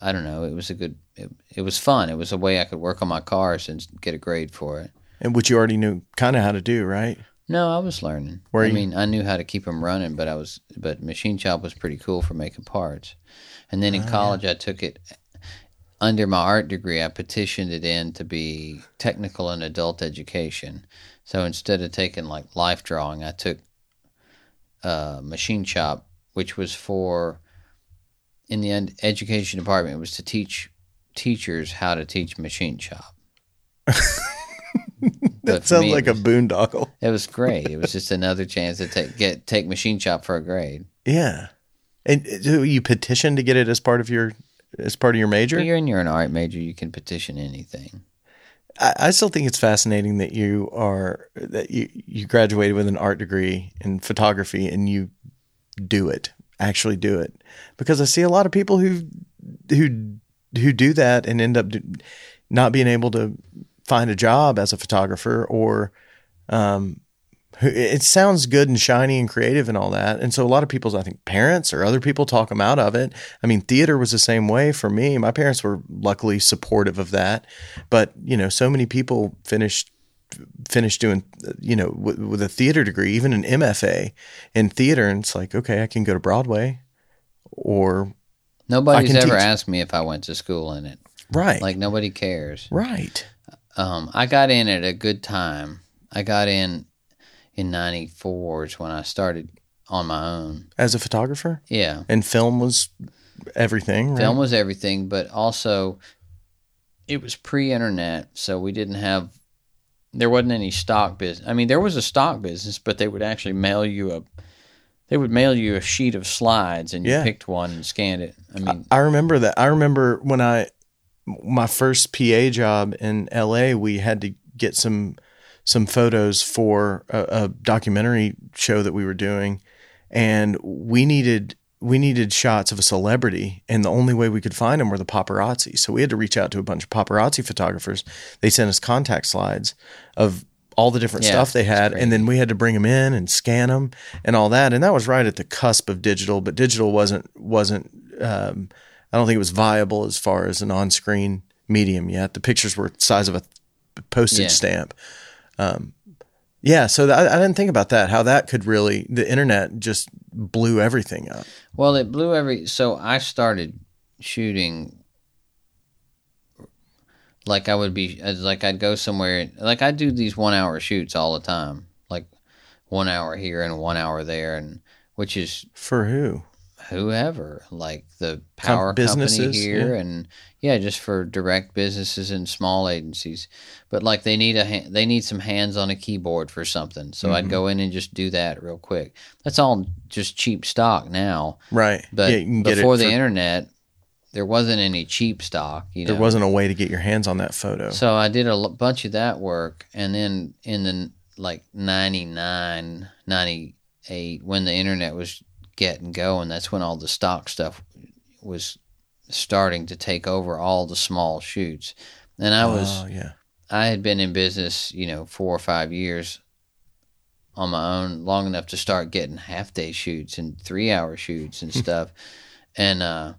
Speaker 2: I don't know. It was a good. It, it was fun. It was a way I could work on my cars and get a grade for it.
Speaker 1: And which you already knew kind of how to do, right?
Speaker 2: No, I was learning.
Speaker 1: Were
Speaker 2: I
Speaker 1: you-
Speaker 2: mean, I knew how to keep them running, but I was but machine shop was pretty cool for making parts. And
Speaker 1: Oh,
Speaker 2: then in college, I took it under my art degree. I petitioned it in to be technical and adult education. So instead of taking like life drawing, I took uh, machine shop, which was for in the end, education department. It was to teach teachers how to teach
Speaker 1: <laughs>
Speaker 2: machine shop. But
Speaker 1: That
Speaker 2: for
Speaker 1: sounds
Speaker 2: me, it
Speaker 1: like a boondoggle.
Speaker 2: it was great. It was just another chance to take get take machine shop for a grade.
Speaker 1: Yeah, and uh, so you petitioned to get it as part of your as part of your major.
Speaker 2: But you're in you're an art major, you can petition anything.
Speaker 1: I, I still think it's fascinating that you are that you you graduated with an art degree in photography and you do it actually do it because I see a lot of people who who who do that and end up do- not being able to find a job as a photographer or um, who- it sounds good and shiny and creative and all that. And so a lot of people's, I think, parents or other people talk them out of it. I mean, theater was the same way for me. My parents were luckily supportive of that, but you know, so many people finished finished doing you know with, with a theater degree even an mfa in theater and it's like okay i can go to broadway or
Speaker 2: Nobody's
Speaker 1: can
Speaker 2: ever
Speaker 1: teach-
Speaker 2: asked me if I went to school in it.
Speaker 1: right
Speaker 2: Like nobody cares.
Speaker 1: right
Speaker 2: Um, I got in at a good time. I got in in '94 is when I started on my own.
Speaker 1: as a photographer
Speaker 2: Yeah,
Speaker 1: and film was everything right?
Speaker 2: film was everything, but also it was pre-internet, so we didn't have. There wasn't any stock business. I mean, there was a stock business, but they would actually mail you a. They would mail you a sheet of slides, and you
Speaker 1: Yeah.
Speaker 2: picked one and scanned it. I mean,
Speaker 1: I remember that. I remember when I my first PA job in LA, we had to get some some photos for a, a documentary show that we were doing, and we needed we needed shots of a celebrity, and the only way we could find them were the paparazzi. So we had to reach out to a bunch of paparazzi photographers. They sent us contact slides of all the different
Speaker 2: Yeah,
Speaker 1: stuff they
Speaker 2: it's
Speaker 1: had,
Speaker 2: crazy.
Speaker 1: and then we had to bring them in and scan them and all that. And that was right at the cusp of digital, but digital wasn't wasn't um, I don't think it was viable as far as an on-screen medium yet. The pictures were the size of a postage
Speaker 2: Yeah.
Speaker 1: stamp. Um, yeah, so th- I, I didn't think about that. How that could really the internet just blew everything up.
Speaker 2: Well, it blew every. So I started shooting. Like I would be, as like I'd go somewhere. Like I do these one hour shoots all the time, like one hour here and one hour there, and which is
Speaker 1: For who?
Speaker 2: whoever, like the
Speaker 1: Com-
Speaker 2: power
Speaker 1: businesses,
Speaker 2: company here, and yeah, just for direct businesses and small agencies. But like they need a ha- they need some hands on a keyboard for something, so I'd
Speaker 1: Mhm.
Speaker 2: go in and just do that real quick. That's all just cheap stock now.
Speaker 1: Right.
Speaker 2: But
Speaker 1: Yeah, you can get it
Speaker 2: before the
Speaker 1: for-
Speaker 2: internet, there wasn't any cheap stock. You know,
Speaker 1: there wasn't a way to get your hands on that photo.
Speaker 2: So I did a l- bunch of that work, and then in the like 99, 98, when the internet was getting going, that's when all the stock stuff was starting to take over all the small shoots. And I was
Speaker 1: Oh, yeah.
Speaker 2: I had been in business, you know, four or five years on my own, long enough to start getting half day shoots and three hour shoots and stuff. And, uh,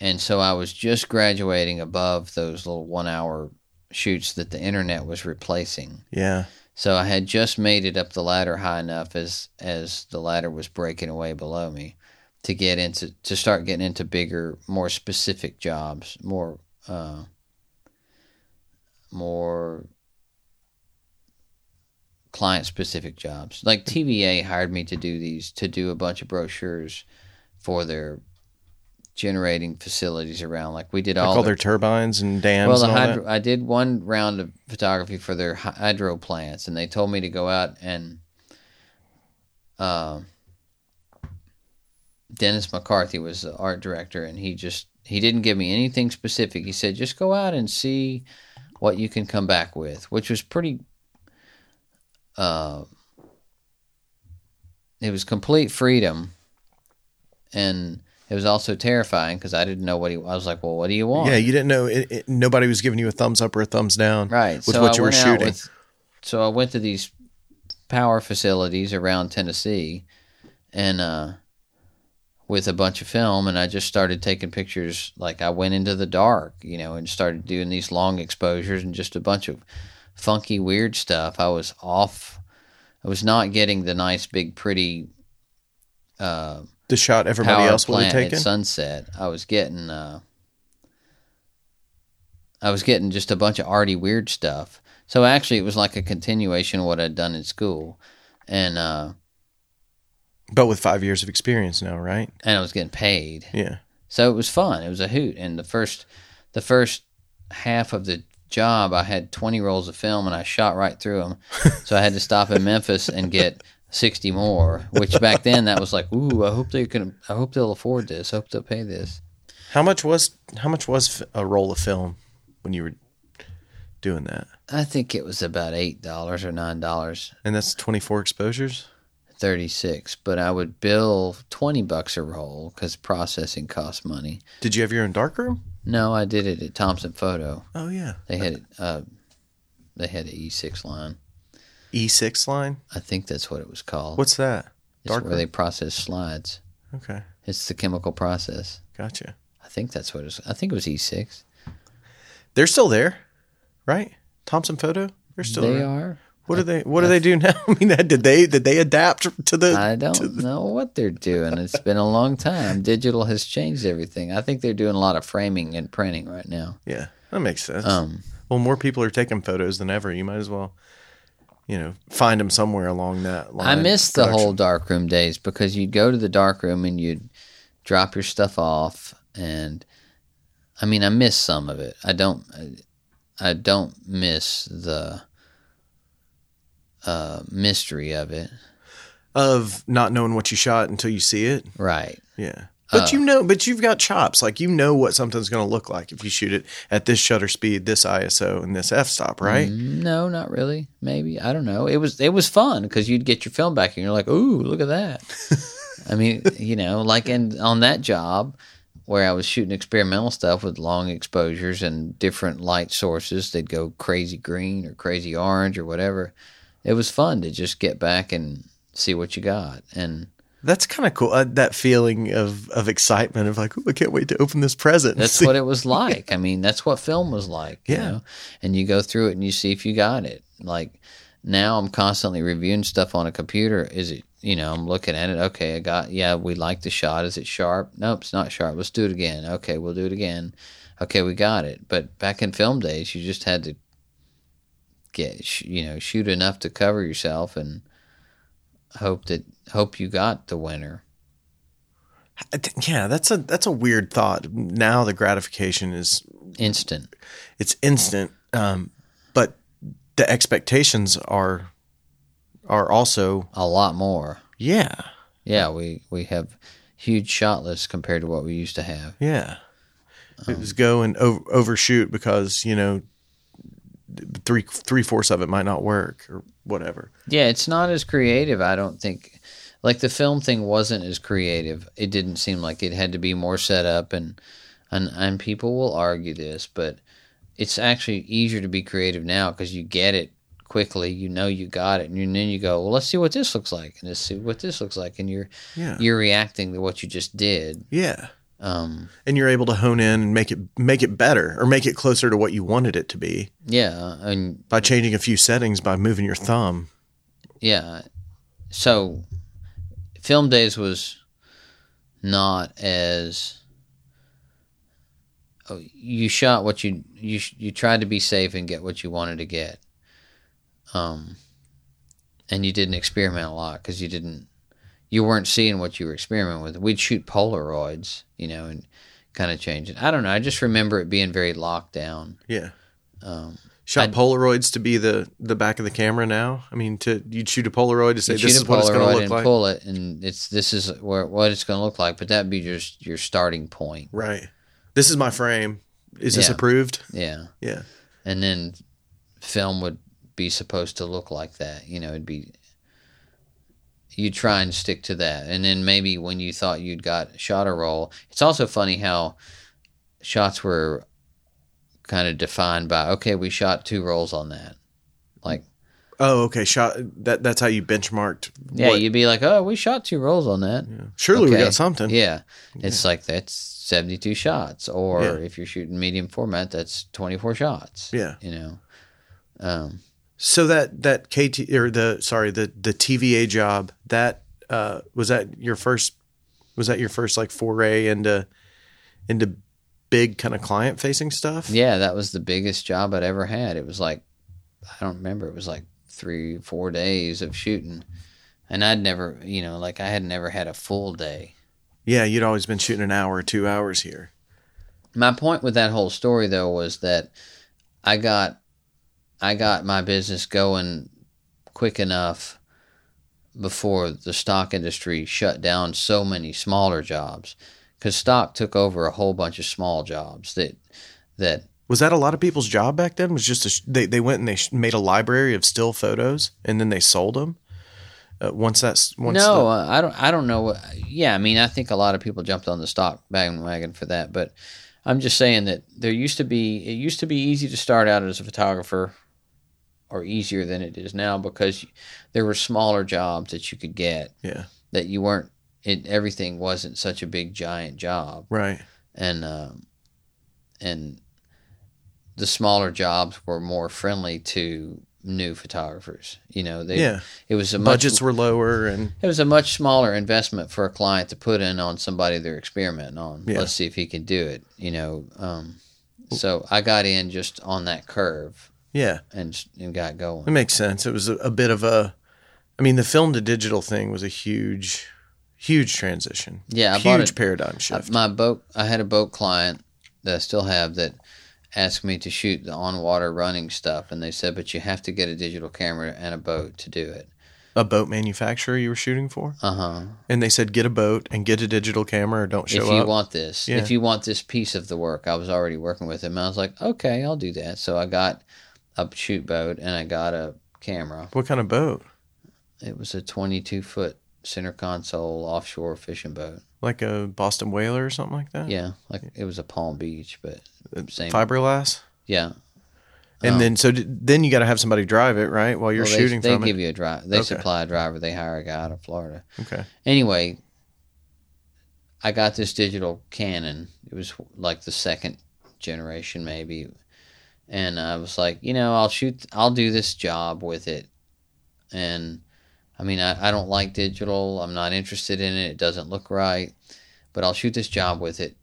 Speaker 2: and so I was just graduating above those little one hour shoots that the internet was replacing.
Speaker 1: Yeah.
Speaker 2: So I had just made it up the ladder high enough as as the ladder was breaking away below me to get into to start getting into bigger, more specific jobs, more uh, more client specific jobs. Like TVA hired me to do these to do a bunch of brochures for their generating facilities around. Like we did
Speaker 1: Like
Speaker 2: all
Speaker 1: all
Speaker 2: their
Speaker 1: their turbines and dams
Speaker 2: well, the
Speaker 1: and all
Speaker 2: hydro, I did one round of photography for their hy- hydro plants, and they told me to go out and. Uh, Dennis McCarthy was the art director, and he just he didn't give me anything specific. He said just go out and see what you can come back with, which was pretty. Uh, it was complete freedom, and it was also terrifying because I didn't know what he. I was like, well, what do you
Speaker 1: that.
Speaker 2: want?
Speaker 1: Yeah, you didn't know. It, it, nobody was giving you a thumbs up or a thumbs down.
Speaker 2: right
Speaker 1: with what you were
Speaker 2: went out
Speaker 1: shooting.
Speaker 2: so i went to these power facilities around tennessee and uh with a bunch of film and i just started taking pictures like i went into the dark you know and started doing these long exposures and just a bunch of funky weird stuff i was off i was not getting the nice big pretty uh
Speaker 1: The shot everybody
Speaker 2: power
Speaker 1: else would have
Speaker 2: plant
Speaker 1: taken.
Speaker 2: at sunset. I was getting uh, I was getting just a bunch of arty weird stuff. So actually, it was like a continuation of what I'd done in school, and uh,
Speaker 1: But with five years of experience now, right?
Speaker 2: and I was getting paid.
Speaker 1: Yeah.
Speaker 2: So it was fun. It was a hoot. And the first, the first half of the job, I had twenty rolls of film, and I shot right through them. so I had to stop in Memphis and get sixty more. Which back then, that was like, ooh, I hope they can. I hope they'll afford this. I hope they'll pay this.
Speaker 1: How much was how much was f- a roll of film when you were doing that?
Speaker 2: I think it was about eight dollars or nine dollars
Speaker 1: And that's twenty four exposures.
Speaker 2: thirty six. But I would bill twenty bucks a roll because processing costs money.
Speaker 1: Did you have your own darkroom?
Speaker 2: No, I did it at Thompson Photo.
Speaker 1: Oh yeah.
Speaker 2: They had uh, they had an E six line,
Speaker 1: E6 line?
Speaker 2: I think that's what it was called.
Speaker 1: What's that?
Speaker 2: it's
Speaker 1: darker?
Speaker 2: where they process slides.
Speaker 1: Okay,
Speaker 2: It's the chemical process.
Speaker 1: gotcha.
Speaker 2: I think that's what it's. I think it was E E6.
Speaker 1: They're still there, right? Thompson Photo. They're still
Speaker 2: they
Speaker 1: there.
Speaker 2: are.
Speaker 1: What are they? What do they do now? <laughs> I mean, that- did they did they adapt <laughs> to the?
Speaker 2: I don't know what they're doing. It's been a long time. Digital has changed everything. I think they're doing a lot of framing and printing right now.
Speaker 1: yeah, that makes sense.
Speaker 2: Um,
Speaker 1: well, more people are taking photos than ever. You might as well, you know, find them somewhere along that line.
Speaker 2: I miss the
Speaker 1: Production.
Speaker 2: whole darkroom days because you'd go to the darkroom and you'd drop your stuff off, and I mean, I miss some of it. I don't, I, I don't miss the uh, mystery of it.
Speaker 1: of not knowing what you shot until you see it.
Speaker 2: Right.
Speaker 1: Yeah. But
Speaker 2: Uh,
Speaker 1: you know, but you've got chops. Like you know what something's going to look like if you shoot it at this shutter speed, this ISO, and this f-stop,
Speaker 2: Mm-hmm.
Speaker 1: right?
Speaker 2: No, not really. Maybe I don't know. It was it was fun because you'd get your film back and you're like, "Ooh, look at that." I mean, you know, like in on that job where I was shooting experimental stuff with long exposures and different light sources, they'd go crazy green or crazy orange or whatever. It was fun to just get back and see what you got. And
Speaker 1: That's kind of cool. Uh, that feeling of of excitement of like, oh, I can't wait to open this present. and
Speaker 2: that's
Speaker 1: see."
Speaker 2: what it was like. I mean, that's what film was like. You
Speaker 1: Yeah.
Speaker 2: know? And you go through it and you see if you got it. Like now I'm constantly reviewing stuff on a computer. Is it, you know, I'm looking at it. Okay, I got, yeah, we like the shot. Is it sharp? Nope, it's not sharp. Let's do it again. Okay, we'll do it again. Okay, we got it. But back in film days, you just had to get, sh- you know, shoot enough to cover yourself and hope that, hope you got the winner.
Speaker 1: I th- yeah, that's a that's a weird thought. Now the gratification is
Speaker 2: Instant.
Speaker 1: it's instant, um, but the expectations are are also
Speaker 2: A lot more.
Speaker 1: yeah,
Speaker 2: Yeah, we we have huge shot lists compared to what we used to have.
Speaker 1: yeah. it was go and over, overshoot because you know three three fourths of it might not work or whatever.
Speaker 2: Yeah, it's not as creative. I don't think like the film thing wasn't as creative. It didn't seem like it had to be more set up and and and people will argue this, but it's actually easier to be creative now because you get it quickly. You know you got it, and then you go, well, let's see what this looks like, and let's see what this looks like, and you're
Speaker 1: Yeah,
Speaker 2: you're reacting to what you just did.
Speaker 1: yeah.
Speaker 2: Um,
Speaker 1: And you're able to hone in and make it make it better or make it closer to what you wanted it to be
Speaker 2: yeah, and
Speaker 1: by changing a few settings by moving your thumb.
Speaker 2: yeah so film days was not as oh, you shot what you you sh- you tried to be safe and get what you wanted to get um and you didn't experiment a lot because you didn't you weren't seeing what you were experimenting with we'd shoot polaroids you know and kind of change it i don't know i just remember it being very locked down
Speaker 1: Yeah.
Speaker 2: um
Speaker 1: Shot
Speaker 2: I-
Speaker 1: Polaroids to be the the back of the camera now. I mean, to you'd shoot a Polaroid to say
Speaker 2: You
Speaker 1: this
Speaker 2: shoot
Speaker 1: is
Speaker 2: a
Speaker 1: what it's going
Speaker 2: Polaroid
Speaker 1: to look
Speaker 2: and
Speaker 1: like,
Speaker 2: pull it, and it's this is where, what it's going to look like. But that'd be just your starting point.
Speaker 1: right? This is my frame. Is this
Speaker 2: Yeah.
Speaker 1: approved?
Speaker 2: Yeah,
Speaker 1: Yeah,
Speaker 2: and then film would be supposed to look like that. You know, it'd be you try and stick to that, and then maybe when you thought you'd got shot a roll, it's also funny how shots were kind of defined by okay, we shot two rolls on that. Like
Speaker 1: Oh, okay. Shot that. That's how you benchmarked.
Speaker 2: yeah,
Speaker 1: what-
Speaker 2: you'd be like, oh, we shot two rolls on that.
Speaker 1: surely we
Speaker 2: Okay.
Speaker 1: got <laughs> something.
Speaker 2: Yeah. It's like that's 72 shots. Or
Speaker 1: Yeah.
Speaker 2: if you're shooting medium format, that's 24 shots.
Speaker 1: Yeah.
Speaker 2: You know, um,
Speaker 1: So that that KT or the sorry the the TVA job that uh, was that your first was that your first like foray into into big kind of client facing stuff.
Speaker 2: yeah, that was the biggest job I'd ever had. It was like, I don't remember, it was like three, four days of shooting. And I'd never, you know, like I had never had a full day.
Speaker 1: Yeah, you'd always been shooting an hour or two hours here.
Speaker 2: my point with that whole story though was that I got I got my business going quick enough before the stock industry shut down so many smaller jobs cuz stock took over a whole bunch of small jobs that that
Speaker 1: Was that a lot of people's job back then? Was just a, sh- they they went and they sh- made a library of still photos and then they sold them. Uh, once that's once
Speaker 2: no, uh, I don't. I don't know. What, yeah, I mean, I think a lot of people jumped on the stock bandwagon for that, but I'm just saying that there used to be. It used to be easy to start out as a photographer, or easier than it is now because there were smaller jobs that you could get
Speaker 1: Yeah.
Speaker 2: that you weren't it everything wasn't such a big giant job
Speaker 1: Right.
Speaker 2: and um, and the smaller jobs were more friendly to new photographers you know they
Speaker 1: yeah.
Speaker 2: it was a much,
Speaker 1: Budgets were lower and
Speaker 2: it was a much smaller investment for a client to put in on somebody they're experimenting on.
Speaker 1: Yeah.
Speaker 2: Let's see if he can do it. You know, um, so I got in just on that curve
Speaker 1: yeah,
Speaker 2: and and got
Speaker 1: it
Speaker 2: going.
Speaker 1: makes sense. It was a, a bit of a I mean, the film to digital thing was a huge huge transition.
Speaker 2: Yeah, I bought
Speaker 1: huge
Speaker 2: it.
Speaker 1: paradigm
Speaker 2: I-
Speaker 1: shift.
Speaker 2: My boat. I had a boat client that I still have that asked me to shoot the on water running stuff, and they said, "But you have to get a digital camera and a boat to do it."
Speaker 1: a boat manufacturer you were shooting for?
Speaker 2: Uh huh.
Speaker 1: And they said get a boat and get a digital camera or don't show
Speaker 2: if you
Speaker 1: up.
Speaker 2: want this,
Speaker 1: Yeah.
Speaker 2: if you want this piece of the work, I was already working with him. And I was like, okay, I'll do that. So I got a shoot boat and I got a camera.
Speaker 1: what kind of boat?
Speaker 2: It was a 22 foot center console offshore fishing boat.
Speaker 1: Like a Boston whaler or something like that?
Speaker 2: Yeah, like it was a Palm Beach, but
Speaker 1: Uh,
Speaker 2: same.
Speaker 1: Fiberglass?
Speaker 2: Yeah,
Speaker 1: And
Speaker 2: Um,
Speaker 1: then so d- then you got to have somebody drive it, right? While you're
Speaker 2: Well, they,
Speaker 1: shooting
Speaker 2: They
Speaker 1: from it.
Speaker 2: give you a driver. They
Speaker 1: Okay.
Speaker 2: supply a driver. They hire a guy out of Florida.
Speaker 1: okay.
Speaker 2: Anyway, I got this digital Canon. It was like the second generation, maybe. And I was like, you know, I'll shoot, I'll do this job with it. And I mean, I, I don't like digital. I'm not interested in it. It doesn't look right. But I'll shoot this job with it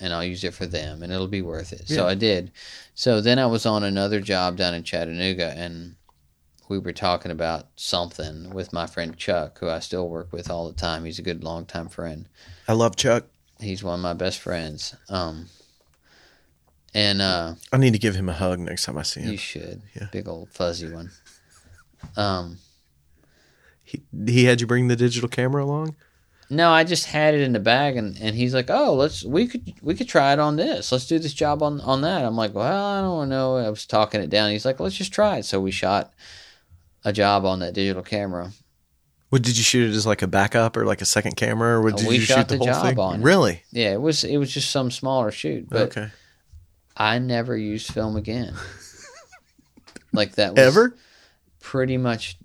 Speaker 2: and I'll use it for them and it'll be worth it. So
Speaker 1: Yeah.
Speaker 2: I did. So then I was on another job down in Chattanooga and we were talking about something with my friend Chuck, who I still work with all the time. He's a good longtime friend.
Speaker 1: I love Chuck.
Speaker 2: He's one of my best friends. Um, and uh,
Speaker 1: I need to give him a hug next time I see him.
Speaker 2: you should
Speaker 1: Yeah.
Speaker 2: big old fuzzy one. Um,
Speaker 1: He, he had you bring the digital camera along?
Speaker 2: no, I just had it in the bag, and, and he's like, "Oh, let's we could we could try it on this. Let's do this job on on that." I'm like, "Well, I don't know." I was talking it down. He's like, "Let's just try it." So we shot a job on that digital camera.
Speaker 1: What did you shoot it as like a backup or like a second camera or what,
Speaker 2: Uh,
Speaker 1: did
Speaker 2: we
Speaker 1: you shoot
Speaker 2: shot
Speaker 1: the,
Speaker 2: the
Speaker 1: whole
Speaker 2: job
Speaker 1: thing?
Speaker 2: on it.
Speaker 1: really?
Speaker 2: Yeah, it was it was just some smaller shoot, but
Speaker 1: okay.
Speaker 2: I never used
Speaker 1: <laughs>
Speaker 2: film again. like that was
Speaker 1: Ever?
Speaker 2: pretty much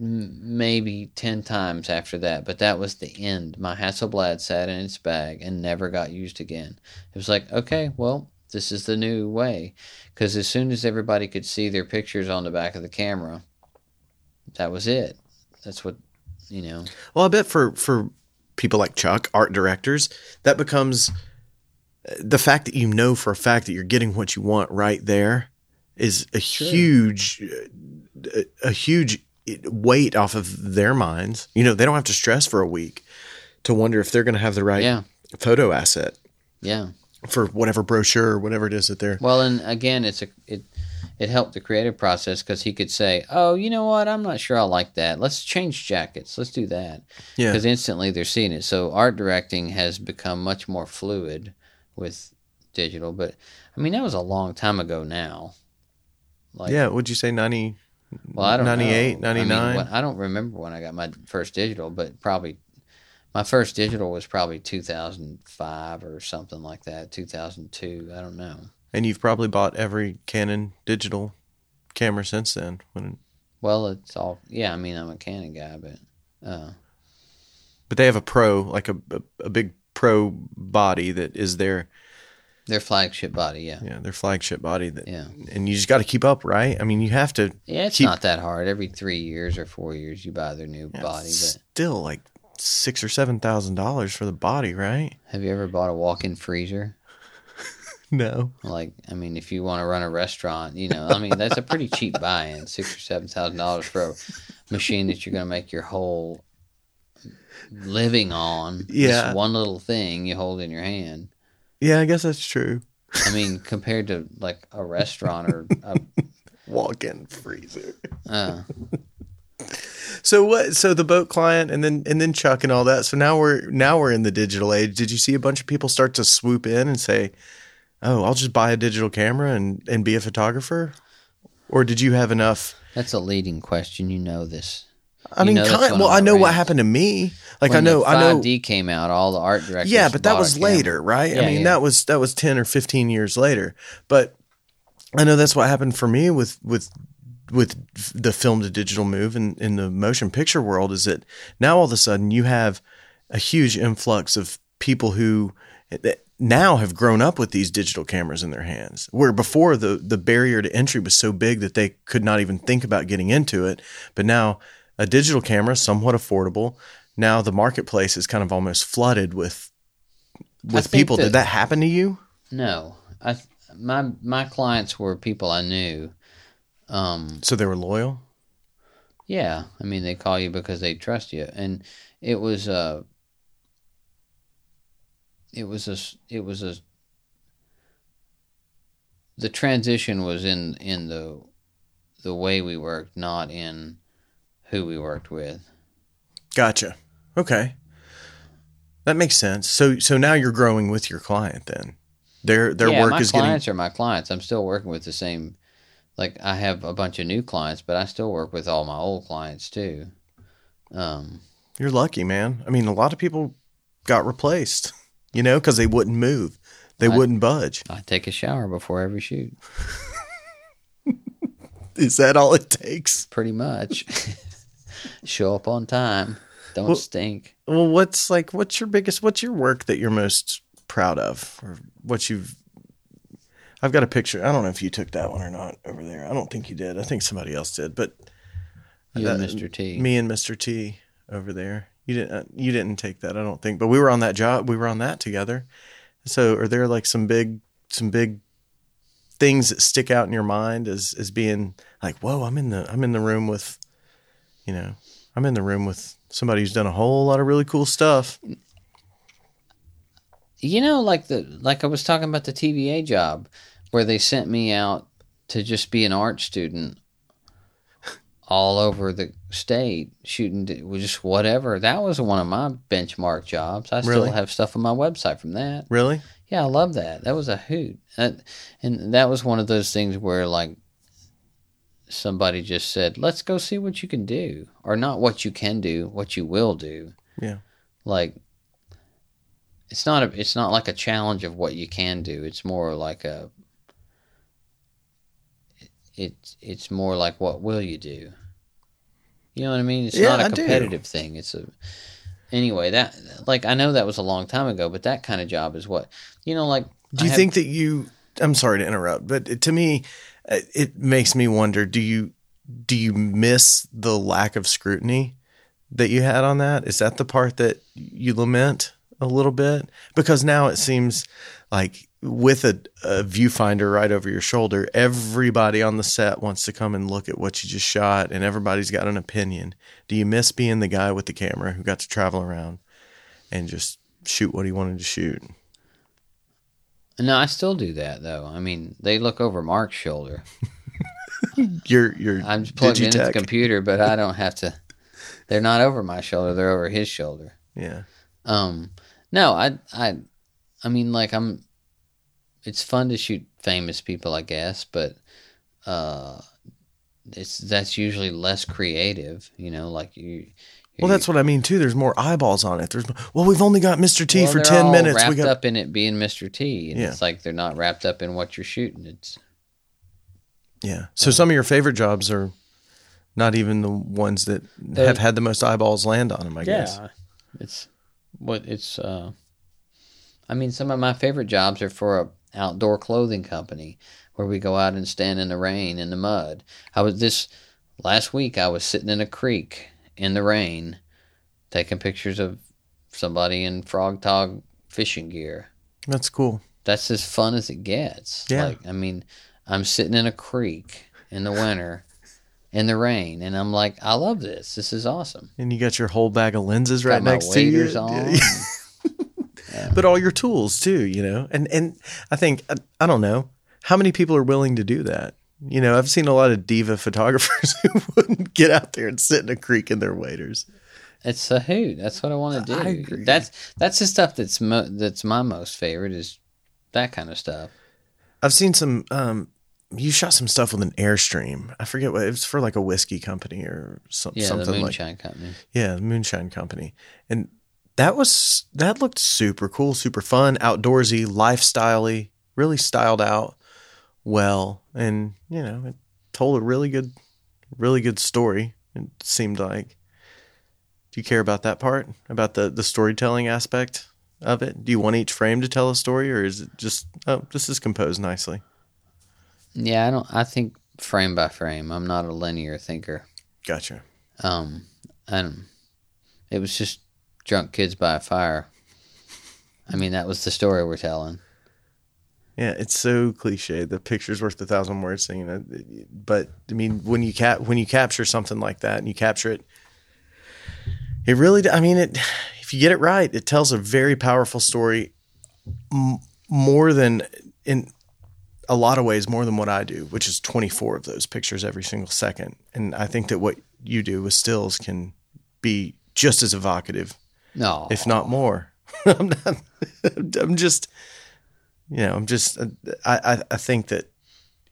Speaker 2: m- maybe 10 times after that but that was the end my hasselblad sat in its bag and never got used again it was like okay well this is the new way because as soon as everybody could see their pictures on the back of the camera that was it that's what you know
Speaker 1: Well, I bet for for people like Chuck, art directors, that becomes uh, the fact that you know for a fact that you're getting what you want right there is a
Speaker 2: Sure.
Speaker 1: huge uh, a, a huge weight off of their minds. You know, they don't have to stress for a week to wonder if they're going to have the right
Speaker 2: yeah
Speaker 1: photo asset
Speaker 2: yeah
Speaker 1: for whatever brochure or whatever it is that they're
Speaker 2: Well, and again, it's a it it helped the creative process because he could say, "Oh, you know what? I'm not sure I like that. Let's change jackets. Let's do that."
Speaker 1: Yeah.
Speaker 2: Because instantly they're seeing it. So art directing has become much more fluid with digital. But I mean, that was a long time ago now. Like,
Speaker 1: yeah, would you say 90
Speaker 2: Well, I don't
Speaker 1: 98,
Speaker 2: know. I mean,
Speaker 1: 99?
Speaker 2: when- I don't remember when I got my first digital, but probably my first digital was probably 2005 or something like that. 2002. I don't know.
Speaker 1: and you've probably bought every Canon digital camera since then. When,
Speaker 2: Well, it's all yeah. I mean, I'm a Canon guy, but uh,
Speaker 1: but they have a pro, like a, a, a big pro body that is their
Speaker 2: their flagship body, yeah,
Speaker 1: yeah their flagship body that
Speaker 2: yeah,
Speaker 1: and you just got to keep up, right? I mean, you have to
Speaker 2: yeah. It's
Speaker 1: Keep-
Speaker 2: not that hard. Every three years or four years, you buy their new body. But
Speaker 1: still like six or seven thousand dollars for the body,
Speaker 2: <laughs>
Speaker 1: right?
Speaker 2: have you ever bought a walk-in freezer?
Speaker 1: No,
Speaker 2: Like, I mean, if you want to run a restaurant, you know, I mean, that's a pretty cheap buy-in, six or seven thousand dollars for a machine that you're going to make your whole living on.
Speaker 1: Yeah.
Speaker 2: Just one little thing you hold in your hand.
Speaker 1: yeah, I guess that's true.
Speaker 2: I mean, compared to like a restaurant or a,
Speaker 1: Walk-in freezer.
Speaker 2: uh,
Speaker 1: So what? So the boat client, and then and then Chuck and all that. So now we're now we're in the digital age. Did you see a bunch of people start to swoop in and say, "Oh, I'll just buy a digital camera and and be a photographer," or did you have enough?
Speaker 2: that's a leading question. You know this.
Speaker 1: I
Speaker 2: You
Speaker 1: mean,
Speaker 2: know that's
Speaker 1: kind,
Speaker 2: one
Speaker 1: well,
Speaker 2: of my
Speaker 1: I know what
Speaker 2: rants.
Speaker 1: happened to me. Like I
Speaker 2: When
Speaker 1: know,
Speaker 2: the
Speaker 1: I know.
Speaker 2: 5D came out, all the art directors.
Speaker 1: Yeah, but that
Speaker 2: bought
Speaker 1: was
Speaker 2: a camera.
Speaker 1: later, right? I
Speaker 2: Yeah,
Speaker 1: mean,
Speaker 2: yeah.
Speaker 1: that was that was ten or fifteen years later. But I know that's what happened for me with with with f- the film to digital move in, in the motion picture world is that now all of a sudden you have a huge influx of people who that now have grown up with these digital cameras in their hands where before the the barrier to entry was so big that they could not even think about getting into it but now a digital camera somewhat affordable now the marketplace is kind of almost flooded with with
Speaker 2: think
Speaker 1: people
Speaker 2: that-
Speaker 1: did that happen to you
Speaker 2: No, I th- my my clients were people I knew. Um,
Speaker 1: so they were loyal
Speaker 2: yeah, I mean they call you because they trust you, and it was a, it was a, s- it was a. The transition was in in the, the way we worked, not in, who we worked with.
Speaker 1: Gotcha. Okay. That makes sense. So so now you're growing with your client then. Their their
Speaker 2: yeah,
Speaker 1: work
Speaker 2: my
Speaker 1: is
Speaker 2: clients are my clients. I'm still working with the same. Like I have a bunch of new clients, but I still work with all my old clients too.
Speaker 1: getting
Speaker 2: Um,
Speaker 1: You're lucky, man. I mean, a lot of people got replaced, you know, cuz they wouldn't move. They
Speaker 2: I-
Speaker 1: wouldn't budge.
Speaker 2: I take a shower before every shoot,
Speaker 1: Is that all it takes?
Speaker 2: pretty much. <laughs> Show up on time. Don't
Speaker 1: Well-
Speaker 2: stink.
Speaker 1: Well, what's like what's your biggest what's your work that you're most proud of or what you've I've got a picture. I don't know if you took that one or not over there. I don't think you did. I think somebody else did, but
Speaker 2: You and
Speaker 1: Uh,
Speaker 2: Mr. T.
Speaker 1: me and Mr. T over there. You didn't uh, you didn't take that, I don't think. But we were on that job. We were on that together. So are there like some big some big things that stick out in your mind as as being like, "Whoa, I'm in the I'm in the room with you know, I'm in the room with somebody who's done a whole lot of really cool stuff."
Speaker 2: you know, like the like I was talking about the TVA job, where they sent me out to just be an art student all over the state shooting d- well, just whatever. That was one of my benchmark jobs. I still
Speaker 1: Really?
Speaker 2: have stuff on my website from that.
Speaker 1: Really?
Speaker 2: Yeah, I love that. That was a hoot, Uh, That- and that was one of those things where like somebody just said, "Let's go see what you can do," or not what you can do, what you will do
Speaker 1: Yeah.
Speaker 2: like it's not a it's not like a challenge of what you can do it's more like a it's it's more like what will you do you know what i mean it's
Speaker 1: Yeah,
Speaker 2: not a
Speaker 1: I do.
Speaker 2: competitive thing it's a anyway that like i know that was a long time ago but that kind of job is what you know like
Speaker 1: Do
Speaker 2: I
Speaker 1: you
Speaker 2: have-
Speaker 1: think that you? I'm sorry to interrupt, but it- to me, uh, it makes me wonder: do you do you miss the lack of scrutiny that you had on that? Is that the part that you lament a little bit? Because now it seems like with a, a viewfinder right over your shoulder, everybody on the set wants to come and look at what you just shot, and everybody's got an opinion. Do you miss being the guy with the camera who got to travel around and just shoot what he wanted to shoot?
Speaker 2: no i still do that though i mean they look over mark's shoulder
Speaker 1: Your your
Speaker 2: i'm just plugged into the
Speaker 1: Digitech.
Speaker 2: computer but i don't have to they're not over my shoulder they're over his shoulder
Speaker 1: Yeah.
Speaker 2: Um, no, I, I, I mean, like I'm. It's fun to shoot famous people, I guess, but uh, it's that's usually less creative. You know, like you.
Speaker 1: Well, that's what I mean too. There's more eyeballs on it. There's well, we've only got Mr. T
Speaker 2: Well,
Speaker 1: for
Speaker 2: they're
Speaker 1: ten
Speaker 2: all
Speaker 1: minutes.
Speaker 2: Wrapped
Speaker 1: We got
Speaker 2: up in it being Mr. T, and
Speaker 1: Yeah.
Speaker 2: it's like they're not wrapped up in what you're shooting. It's
Speaker 1: yeah. So some of your favorite jobs are not even the ones that
Speaker 2: They're-
Speaker 1: have had the most eyeballs land on them. I guess.
Speaker 2: It's what it's. Uh, I mean, some of my favorite jobs are for a outdoor clothing company where we go out and stand in the rain in the mud. I was this last week. I was sitting in a creek in the rain, taking pictures of somebody in frog tog fishing gear.
Speaker 1: That's cool.
Speaker 2: That's as fun as it gets.
Speaker 1: Yeah.
Speaker 2: Like I mean, I'm sitting in a creek in the winter. In the rain, and I'm like, I love this. This is awesome.
Speaker 1: And you got your whole bag of lenses right
Speaker 2: Got my
Speaker 1: next to you.
Speaker 2: waders on.
Speaker 1: Yeah. <laughs> but all your tools too, you know. And and I think I, I don't know how many people are willing to do that. You know, I've seen a lot of diva <laughs> photographers who wouldn't get out there and sit in a creek in their waders.
Speaker 2: It's a hoot. That's what I want to do.
Speaker 1: I agree.
Speaker 2: That's that's the stuff that's mo- that's my most favorite is that kind of stuff.
Speaker 1: I've seen some. Um, you shot some stuff with an airstream. I forget what it was for, like a whiskey company or some,
Speaker 2: Yeah, the
Speaker 1: something like
Speaker 2: moonshine company.
Speaker 1: yeah, the moonshine company. And that was that looked super cool, super fun, outdoorsy, lifestyley, really styled out well, and you know, it told a really good Really good story, it seemed like. Do you care about that part? About the, the storytelling aspect of it? Do you want each frame to tell a story or is it just, oh, this is composed nicely?
Speaker 2: Yeah, I don't. I think frame by frame. I'm not a linear thinker.
Speaker 1: Gotcha.
Speaker 2: Um, and it was just drunk kids by a fire. I mean, that was the story we're telling.
Speaker 1: Yeah, it's so cliche. The picture's worth a thousand words thing, you know, but I mean, when you cap when you capture something like that and you capture it, it really. d- I mean, it if you get it right, it tells a very powerful story, m- more than in a lot of ways more than what I do, which is twenty four of those pictures every single second. And I think that what you do with stills can be just as evocative
Speaker 2: No,
Speaker 1: if not more. <laughs> I'm not. I'm just. You know, I'm just. I, I I think that,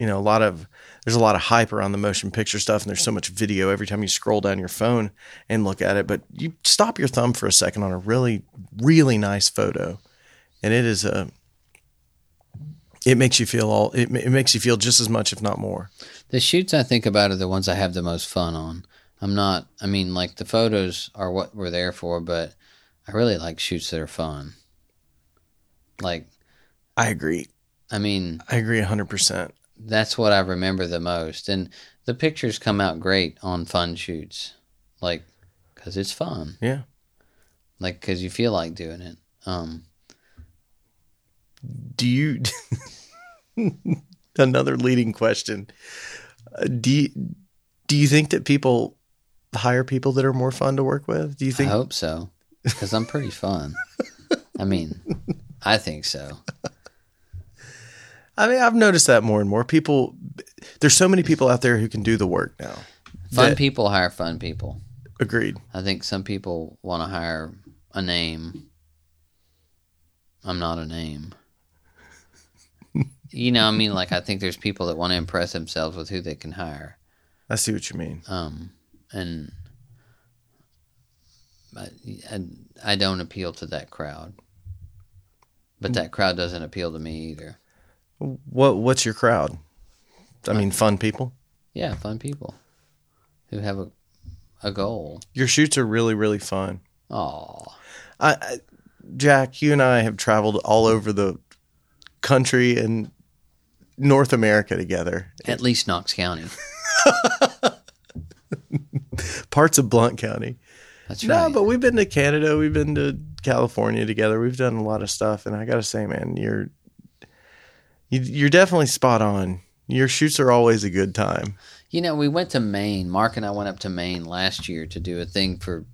Speaker 1: you know, a lot of there's a lot of hype around the motion picture stuff, and there's so much video every time you scroll down your phone and look at it. But you stop your thumb for a second on a really really nice photo, and it is a. It makes you feel all. It, ma- it makes you feel just as much, if not more.
Speaker 2: the shoots I think about are the ones I have the most fun on. I'm not. I mean, like the photos are what we're there for, but I really like shoots that are fun. Like,
Speaker 1: I agree.
Speaker 2: I mean,
Speaker 1: I agree hundred percent.
Speaker 2: that's what I remember the most. And the pictures come out great on fun shoots, like because it's fun,
Speaker 1: Yeah.
Speaker 2: like because you feel like doing it. Um,
Speaker 1: do you <laughs> another leading question Uh, do you, do you think that people hire people that are more fun to work with do you
Speaker 2: I
Speaker 1: think
Speaker 2: hope so because I'm pretty fun. I mean, I think so.
Speaker 1: <laughs> i mean i've noticed that more and more people there's so many people out there who can do the work now
Speaker 2: Fun
Speaker 1: That-
Speaker 2: people hire fun people.
Speaker 1: agreed
Speaker 2: I think some people want to hire a name. I'm not a
Speaker 1: <laughs>
Speaker 2: name. you know, I mean, like I think there's people that want to impress themselves with who they can hire.
Speaker 1: i see what you mean
Speaker 2: um, and I, I, I don't appeal to that crowd, but that crowd doesn't appeal to me either.
Speaker 1: what what's your crowd i mean fun people
Speaker 2: Yeah, fun people who have a a goal.
Speaker 1: your shoots are really really fun
Speaker 2: Oh,
Speaker 1: I, I Jack, you and I have traveled all over the country and North America together.
Speaker 2: at least Knox County.
Speaker 1: Parts of Blunt County.
Speaker 2: That's
Speaker 1: No,
Speaker 2: right.
Speaker 1: but we've been to Canada, we've been to California together. We've done a lot of stuff and I got to say, man, you're you, you're definitely spot on. Your shoots are always a good time.
Speaker 2: you know, we went to Maine. Mark and I went up to Maine last year to do a thing for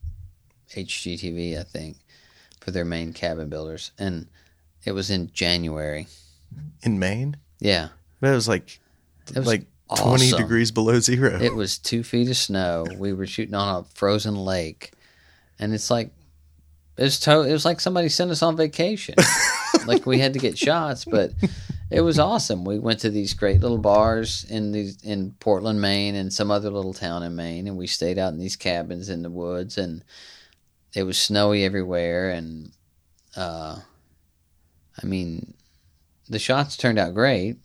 Speaker 2: HGTV, I think, for their Maine cabin builders, and it was in January.
Speaker 1: In Maine,
Speaker 2: Yeah,
Speaker 1: that was like
Speaker 2: That was
Speaker 1: like 20
Speaker 2: awesome.
Speaker 1: degrees below 0.
Speaker 2: It was two feet of snow. We were shooting on a frozen lake, and it's like it was to- it was like somebody sent us on vacation. like we had to get shots, but it was awesome. We went to these great little bars in these in Portland, Maine, and some other little town in Maine, and we stayed out in these cabins in the woods, and it was snowy everywhere, and uh, I mean, the shots turned out great,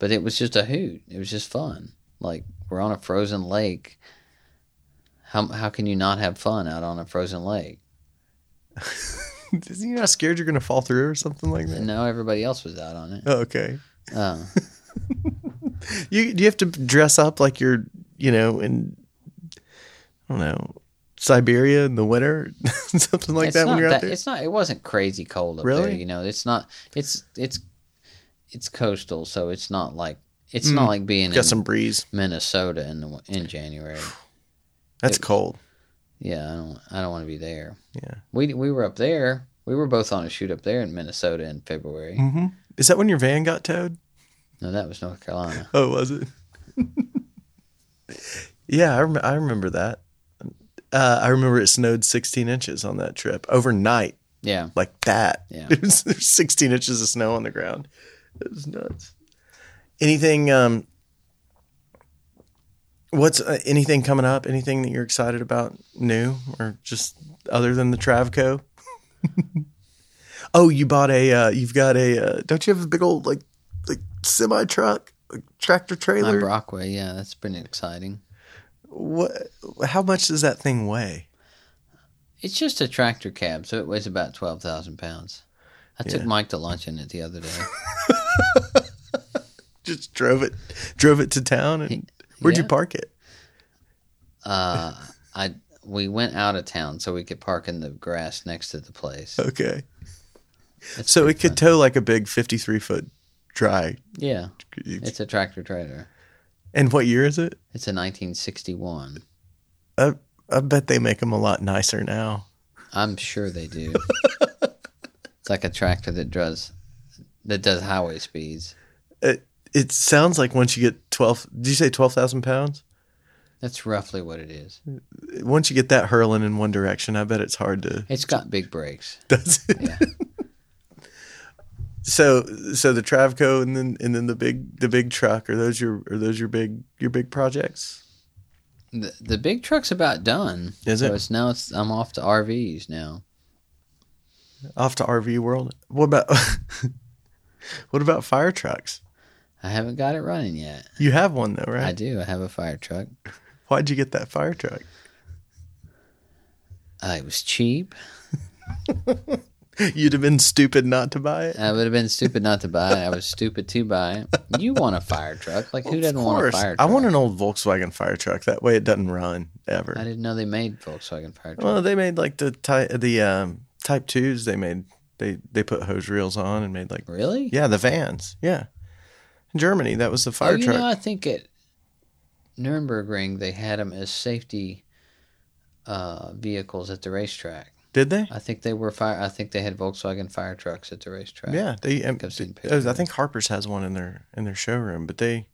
Speaker 2: but it was just a hoot. It was just fun like we're on a frozen lake how, how can you not have fun out on a frozen lake
Speaker 1: <laughs> You're not scared you're going to fall through or something like that?
Speaker 2: and now everybody else was
Speaker 1: <laughs>
Speaker 2: out on it
Speaker 1: Oh, okay.
Speaker 2: uh,
Speaker 1: You do you have to dress up like you're you know in I don't know Siberia in the winter <laughs> something like
Speaker 2: it's
Speaker 1: that
Speaker 2: not
Speaker 1: when you're
Speaker 2: that,
Speaker 1: out there.
Speaker 2: it's not it wasn't crazy cold up there
Speaker 1: Really?
Speaker 2: you know it's not it's it's it's coastal so it's not like it's not like being in
Speaker 1: Mm. Got some breeze.
Speaker 2: minnesota in the, in january
Speaker 1: That's cold.
Speaker 2: yeah i don't i don't want to be there
Speaker 1: Yeah.
Speaker 2: we we were up there we were both on a shoot up there in minnesota in february
Speaker 1: Mm-hmm. Is that when your van got towed?
Speaker 2: no that was north carolina
Speaker 1: Oh, was it? <laughs> yeah, I, rem- I remember that. Uh, I remember it snowed 16 inches on that trip overnight,
Speaker 2: yeah
Speaker 1: like that. <laughs>
Speaker 2: Yeah.
Speaker 1: There's 16 inches of snow on the ground. It was nuts. Anything? Um, what's uh, anything coming up? Anything that you're excited about new or just other than the
Speaker 2: <laughs>
Speaker 1: Travco? oh, you bought a. Uh, you've got a. Uh, don't you have a big old like like semi truck, like tractor
Speaker 2: my
Speaker 1: trailer?
Speaker 2: brockway yeah that's pretty exciting
Speaker 1: What? How much does that thing weigh?
Speaker 2: It's just a tractor cab, so it weighs about twelve thousand pounds. I took
Speaker 1: Yeah.
Speaker 2: Mike to lunch in it the
Speaker 1: <laughs>
Speaker 2: other day.
Speaker 1: Just drove it, drove it to town, and where'd you
Speaker 2: yeah.
Speaker 1: park it?
Speaker 2: Uh, I we went out of town so we could park in the grass next to the place.
Speaker 1: Okay,
Speaker 2: That's
Speaker 1: so it
Speaker 2: pretty
Speaker 1: could
Speaker 2: fun.
Speaker 1: tow like a big fifty-three foot dry.
Speaker 2: yeah, it's a tractor trailer.
Speaker 1: And what year is it?
Speaker 2: It's a 1961.
Speaker 1: I, I bet they make them a lot nicer now.
Speaker 2: I'm sure
Speaker 1: <laughs>
Speaker 2: they do. it's like a tractor that does that does highway speeds.
Speaker 1: It it sounds like once you get twelve, did you say twelve thousand pounds?
Speaker 2: That's roughly what it is.
Speaker 1: Hmm. Once you get that hurling in one direction, I bet it's hard to. <laughs>
Speaker 2: It's got big brakes.
Speaker 1: Does it?
Speaker 2: Yeah.
Speaker 1: <laughs> So so the Travco and then and then the big the big truck are those your are those your big your big projects?
Speaker 2: The, the big truck's about done.
Speaker 1: Is it?
Speaker 2: So it's now it's I'm off to RVs now.
Speaker 1: Off to RV world. What about <laughs> what about fire trucks?
Speaker 2: I haven't got it running yet.
Speaker 1: You have one though,
Speaker 2: I
Speaker 1: right?
Speaker 2: do. I have a fire truck.
Speaker 1: Why'd you get that fire truck? <laughs>
Speaker 2: Uh, it was cheap.
Speaker 1: You'd have been stupid not to buy it.
Speaker 2: I would have been stupid not to buy it. I was stupid to buy it. You want a fire truck? Like who
Speaker 1: Of
Speaker 2: doesn't want a
Speaker 1: course.
Speaker 2: fire truck?
Speaker 1: I want an old Volkswagen fire truck. That way it doesn't run ever.
Speaker 2: I didn't know they made Volkswagen fire trucks.
Speaker 1: Well, they made like the type the um, type twos. They made they they put hose reels on and made like
Speaker 2: really?
Speaker 1: yeah the vans yeah. In Germany, that was the
Speaker 2: Oh,
Speaker 1: fire
Speaker 2: you
Speaker 1: truck.
Speaker 2: know, I think at Nuremberg they had them as safety uh, vehicles at the racetrack.
Speaker 1: Did they?
Speaker 2: I think they were fire. I think they had Volkswagen fire trucks at the racetrack.
Speaker 1: Yeah, they. Um,
Speaker 2: I've seen
Speaker 1: I was- I
Speaker 2: pictures.
Speaker 1: think Harper's has one in their in their showroom, but they,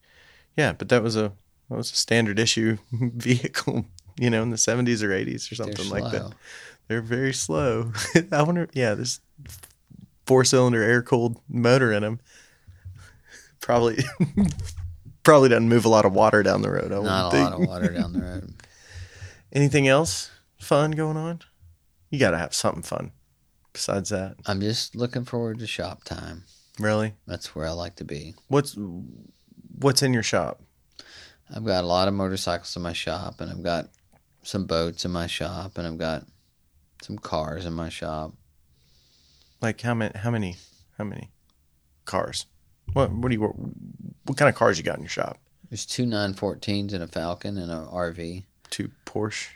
Speaker 1: yeah, but that was a that was a standard issue <laughs> vehicle, you know, in the seventies or eighties or
Speaker 2: They're
Speaker 1: something like that.
Speaker 2: slow.
Speaker 1: They're very slow. <laughs> I wonder. Yeah, there's four cylinder air cooled motor in them. Probably, <laughs> probably doesn't move a lot of water down the road. I
Speaker 2: Not
Speaker 1: would
Speaker 2: a
Speaker 1: think.
Speaker 2: lot of water
Speaker 1: <laughs>
Speaker 2: down the road.
Speaker 1: Anything else fun going on? You got to have something fun besides that,
Speaker 2: I'm just looking forward to shop time.
Speaker 1: really.
Speaker 2: That's where I like to be.
Speaker 1: What's what's in your shop?
Speaker 2: I've got a lot of motorcycles in my shop, and I've got some boats in my shop, and I've got some cars in my shop.
Speaker 1: Like how many? How many? How many cars? What? What do you? What kind of cars you got in your shop?
Speaker 2: There's two 914s and a Falcon and an RV.
Speaker 1: Two Porsche,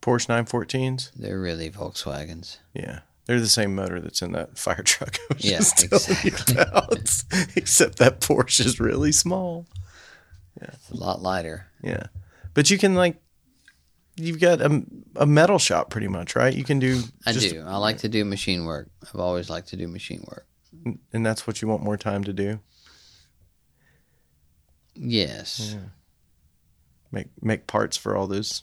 Speaker 1: Porsche 914s.
Speaker 2: They're really Volkswagens.
Speaker 1: Yeah, they're the same motor that's in that fire truck. I was
Speaker 2: Yeah,
Speaker 1: just telling
Speaker 2: exactly.
Speaker 1: you <laughs> about. Except that Porsche is really small.
Speaker 2: It's a lot lighter.
Speaker 1: Yeah, but you can like, you've got a, a metal shop pretty much, right? You can do.
Speaker 2: I
Speaker 1: just-
Speaker 2: do. I like to do machine work. I've always liked to do machine work.
Speaker 1: and that's what you want more time to do. Mm.
Speaker 2: Yes.
Speaker 1: Make make parts for all those.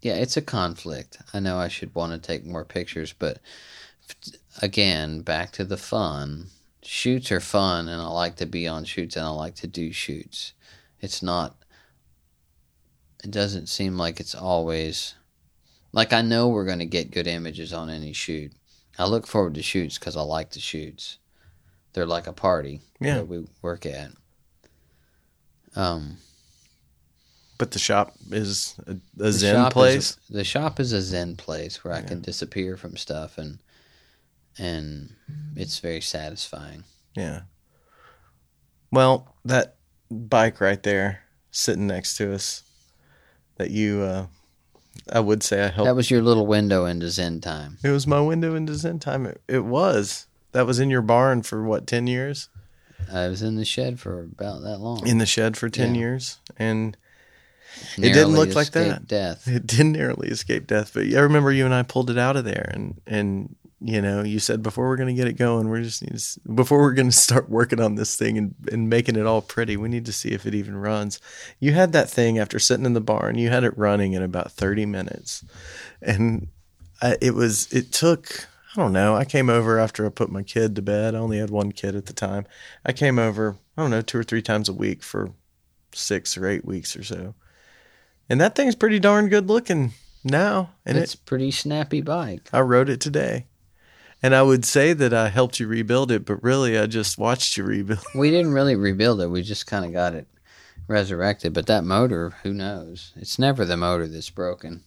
Speaker 2: Yeah, it's a conflict. I know I should want to take more pictures, but f- again, back to the fun. Shoots are fun, and I like to be on shoots, and I like to do shoots. It's not. It doesn't seem like it's always. Like I know we're going to get good images on any shoot. I look forward to shoots because I like the shoots. They're like a party
Speaker 1: Yeah.
Speaker 2: that we work at. Um,
Speaker 1: But the shop is a, a
Speaker 2: the
Speaker 1: zen
Speaker 2: shop
Speaker 1: place.
Speaker 2: Is a, the shop is a zen place where I can disappear from stuff and and it's very satisfying.
Speaker 1: Yeah. Well, that bike right there sitting next to us that you uh I would say I helped
Speaker 2: That was your little window into zen time.
Speaker 1: it was my window into Zen time. It, it was. That was in your barn for what, ten years?
Speaker 2: I was in the shed for about that long.
Speaker 1: In the shed for ten
Speaker 2: Yeah.
Speaker 1: years. And
Speaker 2: Narrowly
Speaker 1: didn't look like that.
Speaker 2: escaped Death.
Speaker 1: it did narrowly escape death. But I remember you and I pulled it out of there and and you know, you said before we're gonna get it going, we're just need to, s- before we're gonna <laughs> start working on this thing and, and making it all pretty, we need to see if it even runs. You had that thing after sitting in the barn, you had it running in about thirty minutes. And I, it was it took I don't know. I came over after I put my kid to bed. I only had one kid at the time. I came over, I don't know, two or three times a week for six or eight weeks or so. And that thing's pretty darn good looking now. And
Speaker 2: it's
Speaker 1: it, Oh.
Speaker 2: pretty snappy bike.
Speaker 1: I rode it today. And I would say that I helped you rebuild <laughs> it, but really I just watched you rebuild.
Speaker 2: We didn't really rebuild it. We just kind of got it resurrected. But that motor, who knows? It's never the motor that's broken.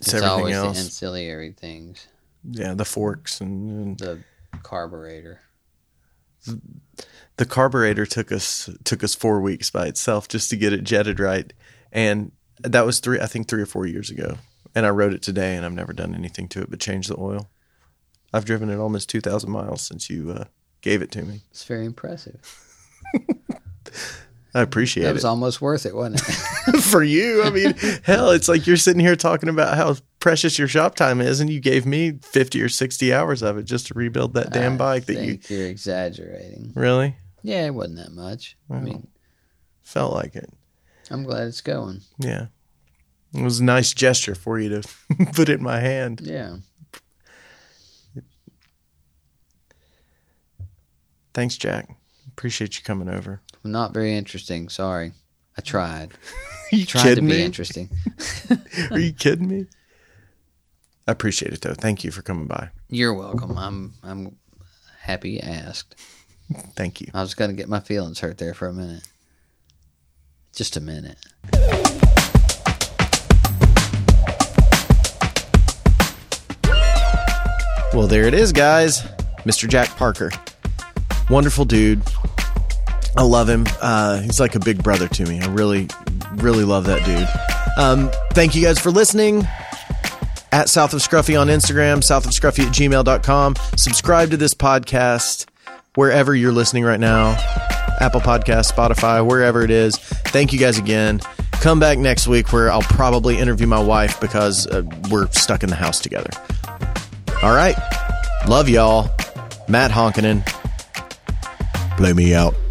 Speaker 1: It's, everything
Speaker 2: always
Speaker 1: else.
Speaker 2: the ancillary things,
Speaker 1: yeah, the forks and, and
Speaker 2: the carburetor.
Speaker 1: the carburetor took us took us four weeks by itself just to get it jetted right, and that was three I think three or four years ago. And I rode it today, and I've never done anything to it but change the oil. I've driven it almost two thousand miles since you uh, gave it to me.
Speaker 2: It's very impressive.
Speaker 1: I appreciate
Speaker 2: That
Speaker 1: it.
Speaker 2: was almost worth it, wasn't
Speaker 1: <laughs>
Speaker 2: it?
Speaker 1: for you. I
Speaker 2: <laughs>
Speaker 1: mean, hell, it's like you're sitting here talking about how precious your shop time is, and you gave me 50 or 60 hours of it just to rebuild that damn
Speaker 2: I
Speaker 1: bike that you
Speaker 2: think you're exaggerating.
Speaker 1: really
Speaker 2: Yeah, it wasn't that much. I mean,
Speaker 1: felt like it.
Speaker 2: I'm glad it's going.
Speaker 1: Yeah. It was a nice gesture for you to <laughs> put it in my hand.
Speaker 2: Yeah.
Speaker 1: Thanks, Jack. Appreciate you coming over.
Speaker 2: Not very interesting. Sorry. I tried.
Speaker 1: you
Speaker 2: Tried to
Speaker 1: kidding
Speaker 2: be
Speaker 1: me?
Speaker 2: interesting.
Speaker 1: Are you kidding me? I appreciate it though. Thank you for coming by.
Speaker 2: You're welcome. I'm I'm happy you asked.
Speaker 1: Thank you.
Speaker 2: I was gonna get my feelings hurt there for a minute. Just a minute.
Speaker 1: Well, there it is, guys. Mr. Jack Parker. Wonderful dude. I love him. Uh, he's like a big brother to me. I really, really love that dude. Um, thank you guys for listening. At South of Scruffy on Instagram, south of Scruffy at gmail.com. Subscribe to this podcast wherever you're listening right now Apple Podcasts, Spotify, wherever it is. Thank you guys again. Come back next week where I'll probably interview my wife because uh, we're stuck in the house together. All right. Love y'all. Matt Honkinen. Blow me out.